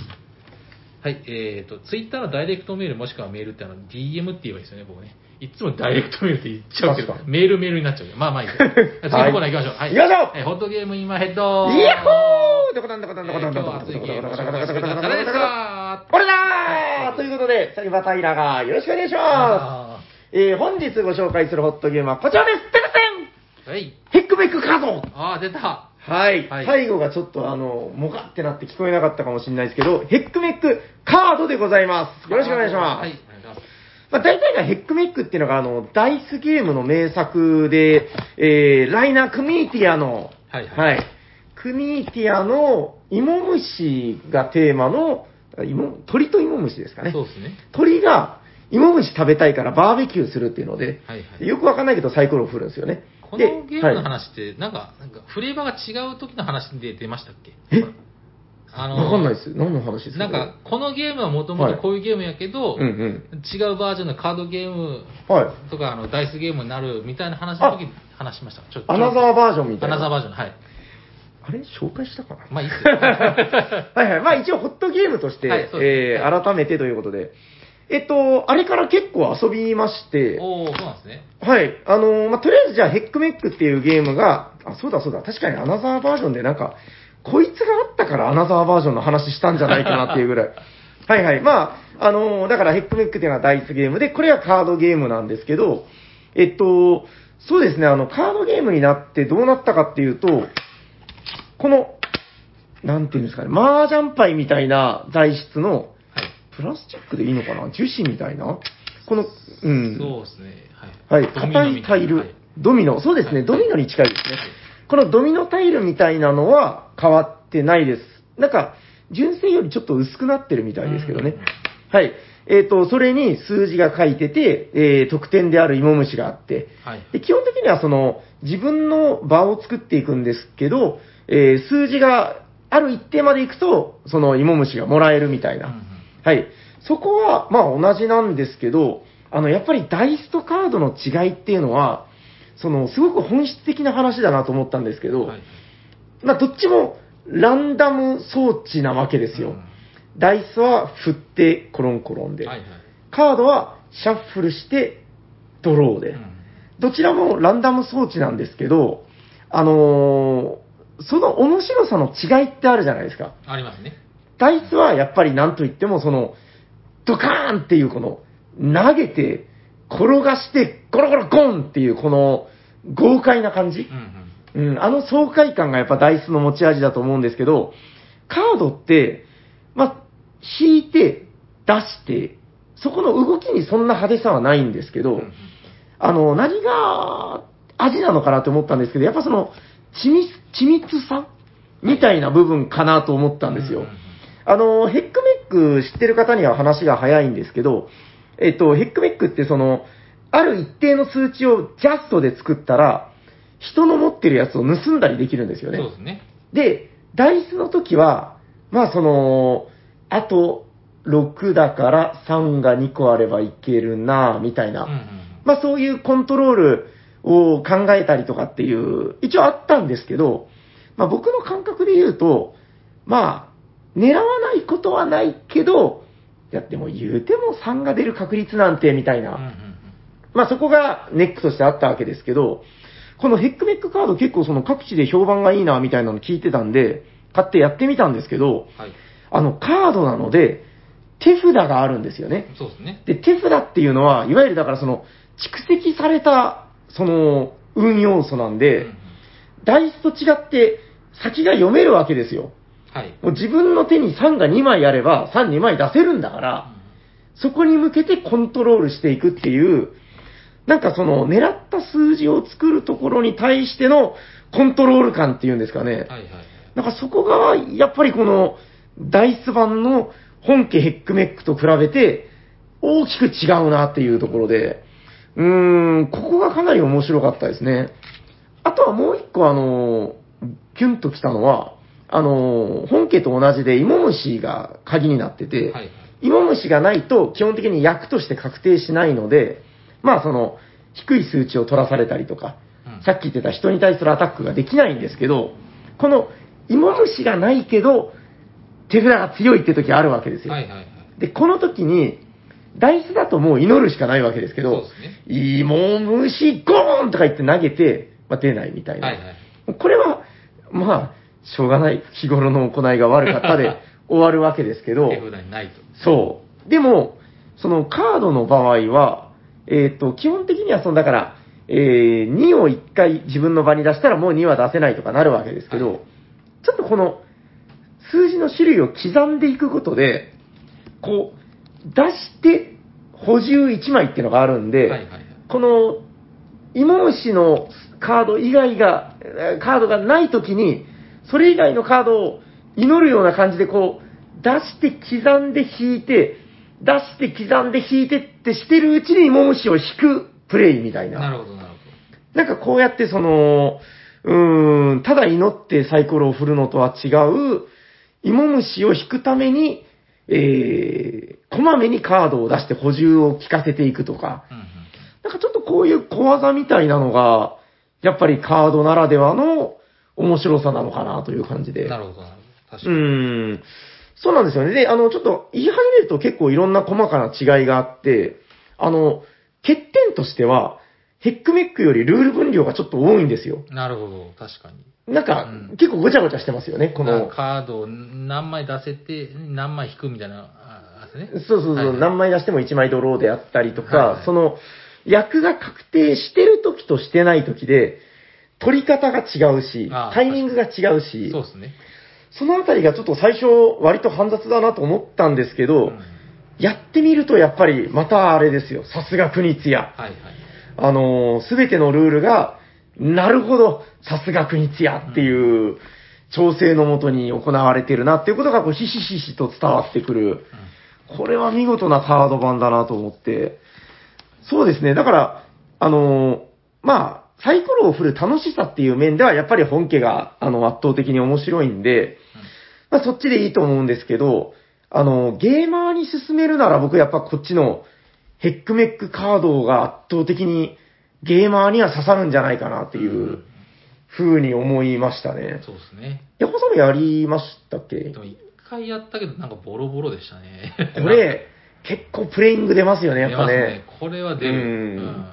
はい、えっ、と、ツイッターのダイレクトメールもしくはメールってあの、DM って言えばいいですよね、僕ね。いつもダイレクトメールって言っちゃうけど
確か、に
メールメールになっちゃうけど、まあまあいいです。次のコーナー行きましょう。
はい行きましょう
はい、ホットゲーム今ヘッド
イヤッホー
ー
どこなんだこな
え
ん
ー
だこな
今
ん
日は
だこなん
熱
だ
い
こ
ゲー
なん
ム
だ
を紹介
こなんだこ
してくれた方ですか
なんだこなんだこれだーということで、サニバタイラがよろしくお願いしま
は
す。えー、本日ご紹介するホットゲームはこちらです。テク
い。
センヘックベックカード
あー、出た。
はい、
はい
最後がちょっとあの、もかってなって聞こえなかったかもしれないですけど、ヘックメックカードでございます。よろしくお願いします。
はい、お願いします。
まあ、大体がヘックメックっていうのが、あの、ダイスゲームの名作で、えー、ライナー・クミーティアの、
はい
はい。クミーティアの芋虫がテーマの、芋鳥と芋虫ですかね。
そうですね。
鳥が芋虫食べたいからバーベキューするっていうので、
はいはい。
よくわかんないけどサイコロを振るんですよね。
この
で
ゲームの
はい
話って、なんか、なんかフレーバーが違う時の話で出ましたっけ
え
あ
わかんないです。何の話です
なんか、このゲームはもともとこういうゲームやけど、
これうん
違うバージョンのカードゲーム
うん。はい。
とか、あの、ダイスゲームになるみたいな話の時に話しました。ちょ
アナザーバージョンみた
ア
いな。
ナザーバージョン、はい。
あれ紹介したかな
まあいいっすよ。
はいはい。まあ一応ホットゲームとして、
はいそうです
えー改めてということで、えっと、あれから結構遊びまし て、
おおそうなんですね。
はい。あのーまあ、とりあえずじゃあ、ヘックメックっていうゲームが、あ、そうだそうだ、確かにアナザーバージョンでなんか、こいつがあったからアナザーバージョンの話したんじゃないかなっていうぐらい。はいはい。まあ、あのーだからヘックメックっていうのはダイスゲームで、これはカードゲームなんですけど、えっと、そうですね、あの、カードゲームになってどうなったかっていうと、この、なんていうんですかね、麻雀牌みたいな材質の、
はい。
プラスチックでいいのかな樹脂みたいなこの、うん。
そうですね。は。
はいい、硬いタイ
はい
ル、ドミノ、そうです
は
ね、
い
ドミノに近いですね。このドミノタイルみたいなのは変わってないです。なんか、純正よりちょっと薄くなってるみたいですけどね。はい。えっ、と、それに数字が書いてて、えー、得点であるイモムシがあって、
はい。
で基本的にはその自分の場を作っていくんですけど、えー数字がある一定までいくと、そのイモムシがもらえるみたいな。
うんうん
はい。そこは、まあ同じなんですけど、あの、やっぱりダイスとカードの違いっていうのは、その、すごく本質的な話だなと思ったんですけど、
はい。
まあどっちもランダム装置なわけですよ。
うん
ダイスは振ってコロンコロンで、
はいはい。
カードはシャッフルしてドローで、
うん
どちらもランダム装置なんですけど、あのーその面白さの違いってあるじゃないですか。
ありますね。
ダイスはやっぱりなんといってもその、ドカーンっていうこの、投げて、転がして、ゴロゴロゴンっていうこの、豪快な感じ
うん。うん。
うん、あの爽快感がやっぱダイスの持ち味だと思うんですけど、カードって、まあ、引いて、出して、そこの動きにそんな派手さはないんですけど、
うんうん
あの、何が味なのかなって思ったんですけど、やっぱその、緻密、緻密さみたいな部分かなと思ったんですよ。
うう
あの、ヘックメック知ってる方には話が早いんですけど、えっと、ヘックメックってその、ある一定の数値をジャストで作ったら、人の持ってるやつを盗んだりできるんですよね。
そうですね。
で、ダイスの時は、まあその、あと6だから3が2個あればいけるなぁみたいな。
うんうん
まあそういうコントロールを考えたりとかっていう、一応あったんですけど、まあ僕の感覚で言うと、まあ、狙わないことはないけど、いやっても言うても3が出る確率なんてみたい
うんうんうん
な、まあそこがネックとしてあったわけですけど、このヘックメックカード結構その各地で評判がいいなみたいなの聞いてたんで、買ってやってみたんですけど、
はい。
あのカードなので手札があるんですよね。
そうですね。
で、手札っていうのは、いわゆるだからその、蓄積された、その、運要素なん
うん
で、
うん
ダイスと違って、先が読めるわけですよ。
はい。
もう自分の手に3が2枚あれば、3、2枚出せるんだから、そこに向けてコントロールしていくっていう、なんかその、狙った数字を作るところに対しての、コントロール感っていうんですかね。
はいはいはい。
なんかそこが、やっぱりこの、ダイス版の本家ヘックメックと比べて、大きく違うなっていうところで、うーん、ここがかなり面白かったですね。あとはもう一個あの、キュンときたのは、あの、本家と同じでイモムシが鍵になって
は
て、
いはい。
イモムシがないと基本的に役として確定しないので、まあその、低い数値を取らされたりとか、
うん
さっき言ってた人に対するアタックができないんですけど、この芋虫がないけど、手札が強いって時あるわけですよ。
はいはいはい。
で、この時に、ダイスだともう祈るしかないわけですけ
そう
ど
で、すね。
芋虫ゴーンとか言って投げて、まあ、出ないみたいな。
はいはい。
これは、まあ、しょうがない。日頃の行いが悪かった で終わるわけですけど、
手札にないと。
そう。でも、そのカードの場合は、えっ、と、基本的にはその、だから、えー2を1回自分の場に出したらもう2は出せないとかなるわけですけど、
はい
ちょっとこの、数字の種類を刻んでいくことで、こう、出して補充1枚っていうのがあるんで、
はいはいはい。
この、イモムシのカード以外が、えーカードがないときに、それ以外のカードを祈るような感じでこう、出して刻んで引いて、出して刻んで引いてってしてるうちにイモムシを引くプレイみたいな。
なるほどなるほど。
なんかこうやってその、うーん、ただ祈ってサイコロを振るのとは違う、芋虫を引くために、えー、こまめにカードを出して補充を効かせていくとか、
うんうん
なんかちょっとこういう小技みたいなのが、やっぱりカードならではの面白さなのかなという感じで。
なるほどなるほど。確
う
かに。
ーん。そうなんですよね。で、あの、ちょっと言い始めると結構いろんな細かな違いがあって、あの、欠点としては、ヘックメックよりルール分量がちょっと多いんですよ。
なるほど、確かに。
なんか、
うん
結構ごちゃごちゃしてますよね、こ
な
の。
カードを何枚出せて、何枚引くみたいな、ああれですね。
そうそうそう、
はいはい
何枚出しても1枚ドローであったりとか、
はいはい
その、役が確定してる時としてない時で、取り方が違うし
あ、ー
タイミングが違うし、
そう
そ
ですね。
のあたりがちょっと最初割と煩雑だなと思ったんですけど、
うん
やってみるとやっぱりまたあれですよ、さすが国津
は
屋。
いはい。
あのすべてのルールが、なるほど、さすが国津屋っていう調整のもとに行われてるなっていうことがこう、ひしひしと伝わってくる。これは見事なカード版だなと思って。そうですね。だから、あのーまあ、サイコロを振る楽しさっていう面では、やっぱり本家が、あの、圧倒的に面白いんで、まあ、そっちでいいと思うんですけど、あの、ゲーマーに進めるなら僕やっぱこっちのヘックメックカードが圧倒的にゲーマーには刺さるんじゃないかなってい
うんう
うん風に思いましたね。
そうですね。
ヤコさんもやりましたっけ
でも一回やったけど、なんかボロボロでしたね。
これ、結構プレイング出ますよね、やっ
出
ぱ
ます
ね。。
これは出る。
うん
うん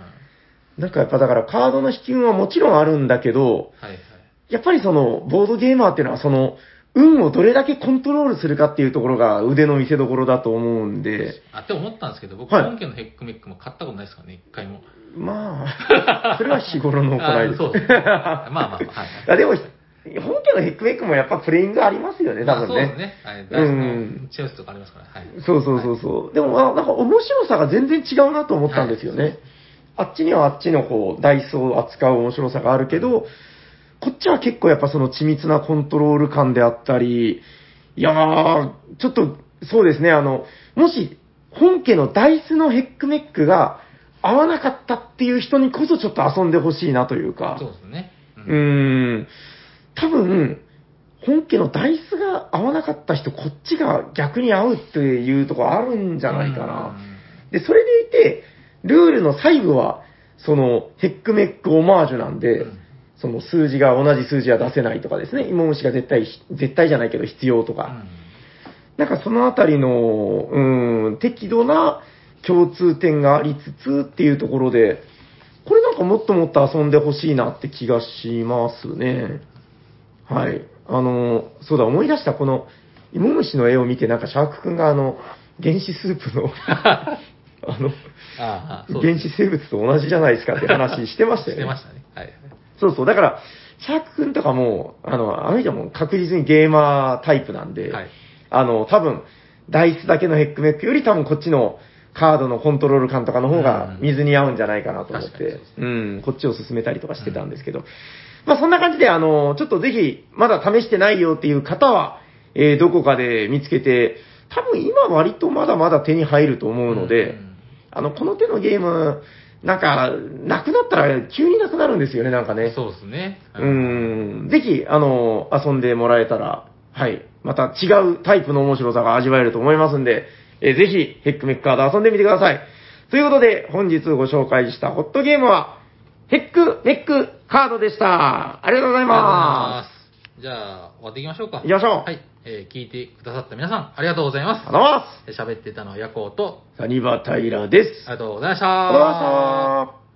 なんかやっぱだからカードの引き運はもちろんあるんだけど、
はいはい。
やっぱりその、ボードゲーマーっていうのはその、運をどれだけコントロールするかっていうところが腕の見せ所だと思うんで、
あ、って思ったんですけど、僕、
はい
本家のヘックメックも買ったことないですからね、一回も。
まあ、それは日頃の行い
あ
です。
そうですね。まあまあまあ、はい。
あでも、本家のヘックメックもやっぱプレイングありますよ ね、多
まあ
分
そうで
ね
す。ね。はい。
う
ダイス
ん
のチェアスとかありますから。はい。
そうそうそうそう。でも、まあなんか面白さが全然違うなと思ったんですよね。
はい
あっちにはあっちのこう、ダイスを扱う面白さがあるけど、こっちは結構やっぱその緻密なコントロール感であったり、いやー、ちょっと、そうですね、あの、もし、本家のダイスのヘックメックが合わなかったっていう人にこそちょっと遊んでほしいなというか。
そうですね。う
う。ーん。多分、本家のダイスが合わなかった人、こっちが逆に合うっていうところあるんじゃないかな。で、それでいて、ルールの細部は、その、ヘックメックオマージュなん
う
で
ん。う、ん
その数字が同じ数字は出せないとかですね、芋虫が絶対、絶対じゃないけど必要とか、なんかそのあたりの、うーん、適度な共通点がありつつっていうところで、これなんかもっともっと遊んでほしいなって気がしますね。はい。あの、そうだ、思い出した、この、芋虫の絵を見て、なんかシャークくんがあの、原始スープ の、あの、
ああ、そうで
原
す
始生物と同じじゃないですかって話してましたよ
して
ね
ま。したね。はい。
そうそう。だから、シャークくんとかも、あの、あの人も確実にゲーマータイプなんで、
はい
あの、多分、ダイスだけのヘックメックより多分こっちのカードのコントロール感とかの方
うん
が
うん
水に合うんじゃないかなと思っ
確かにそうで
て
す、
うん、こっちを進めたりとかしてたんですけど、まあそんな感じで、あの、ちょっとぜひ、まだ試してないよっていう方は、えーどこかで見つけて、多分今割とまだまだ手に入ると思うので、
ん
あの、この手のゲーム、なんか、なくなったら急になくなるんですよね、なんかね。
そうですね。
う。ん、ぜひ、あの、遊んでもらえたら、はい、また違うタイプの面白さが味わえると思いますんで、えーぜひ、ヘックメックカード遊んでみてください。ということで、本日ご紹介したホットゲームは、ヘックメックカードでした。ありがとうございます。
す。じゃあ、終わっていきましょうか。
行きましょう
はい。えー聞いてくださった皆さん、ありがとうございま。
ありがとうございます
喋ってたのはヤコウと、
す。サニバタイラです。
ありがとうございました。
ありがとうございました。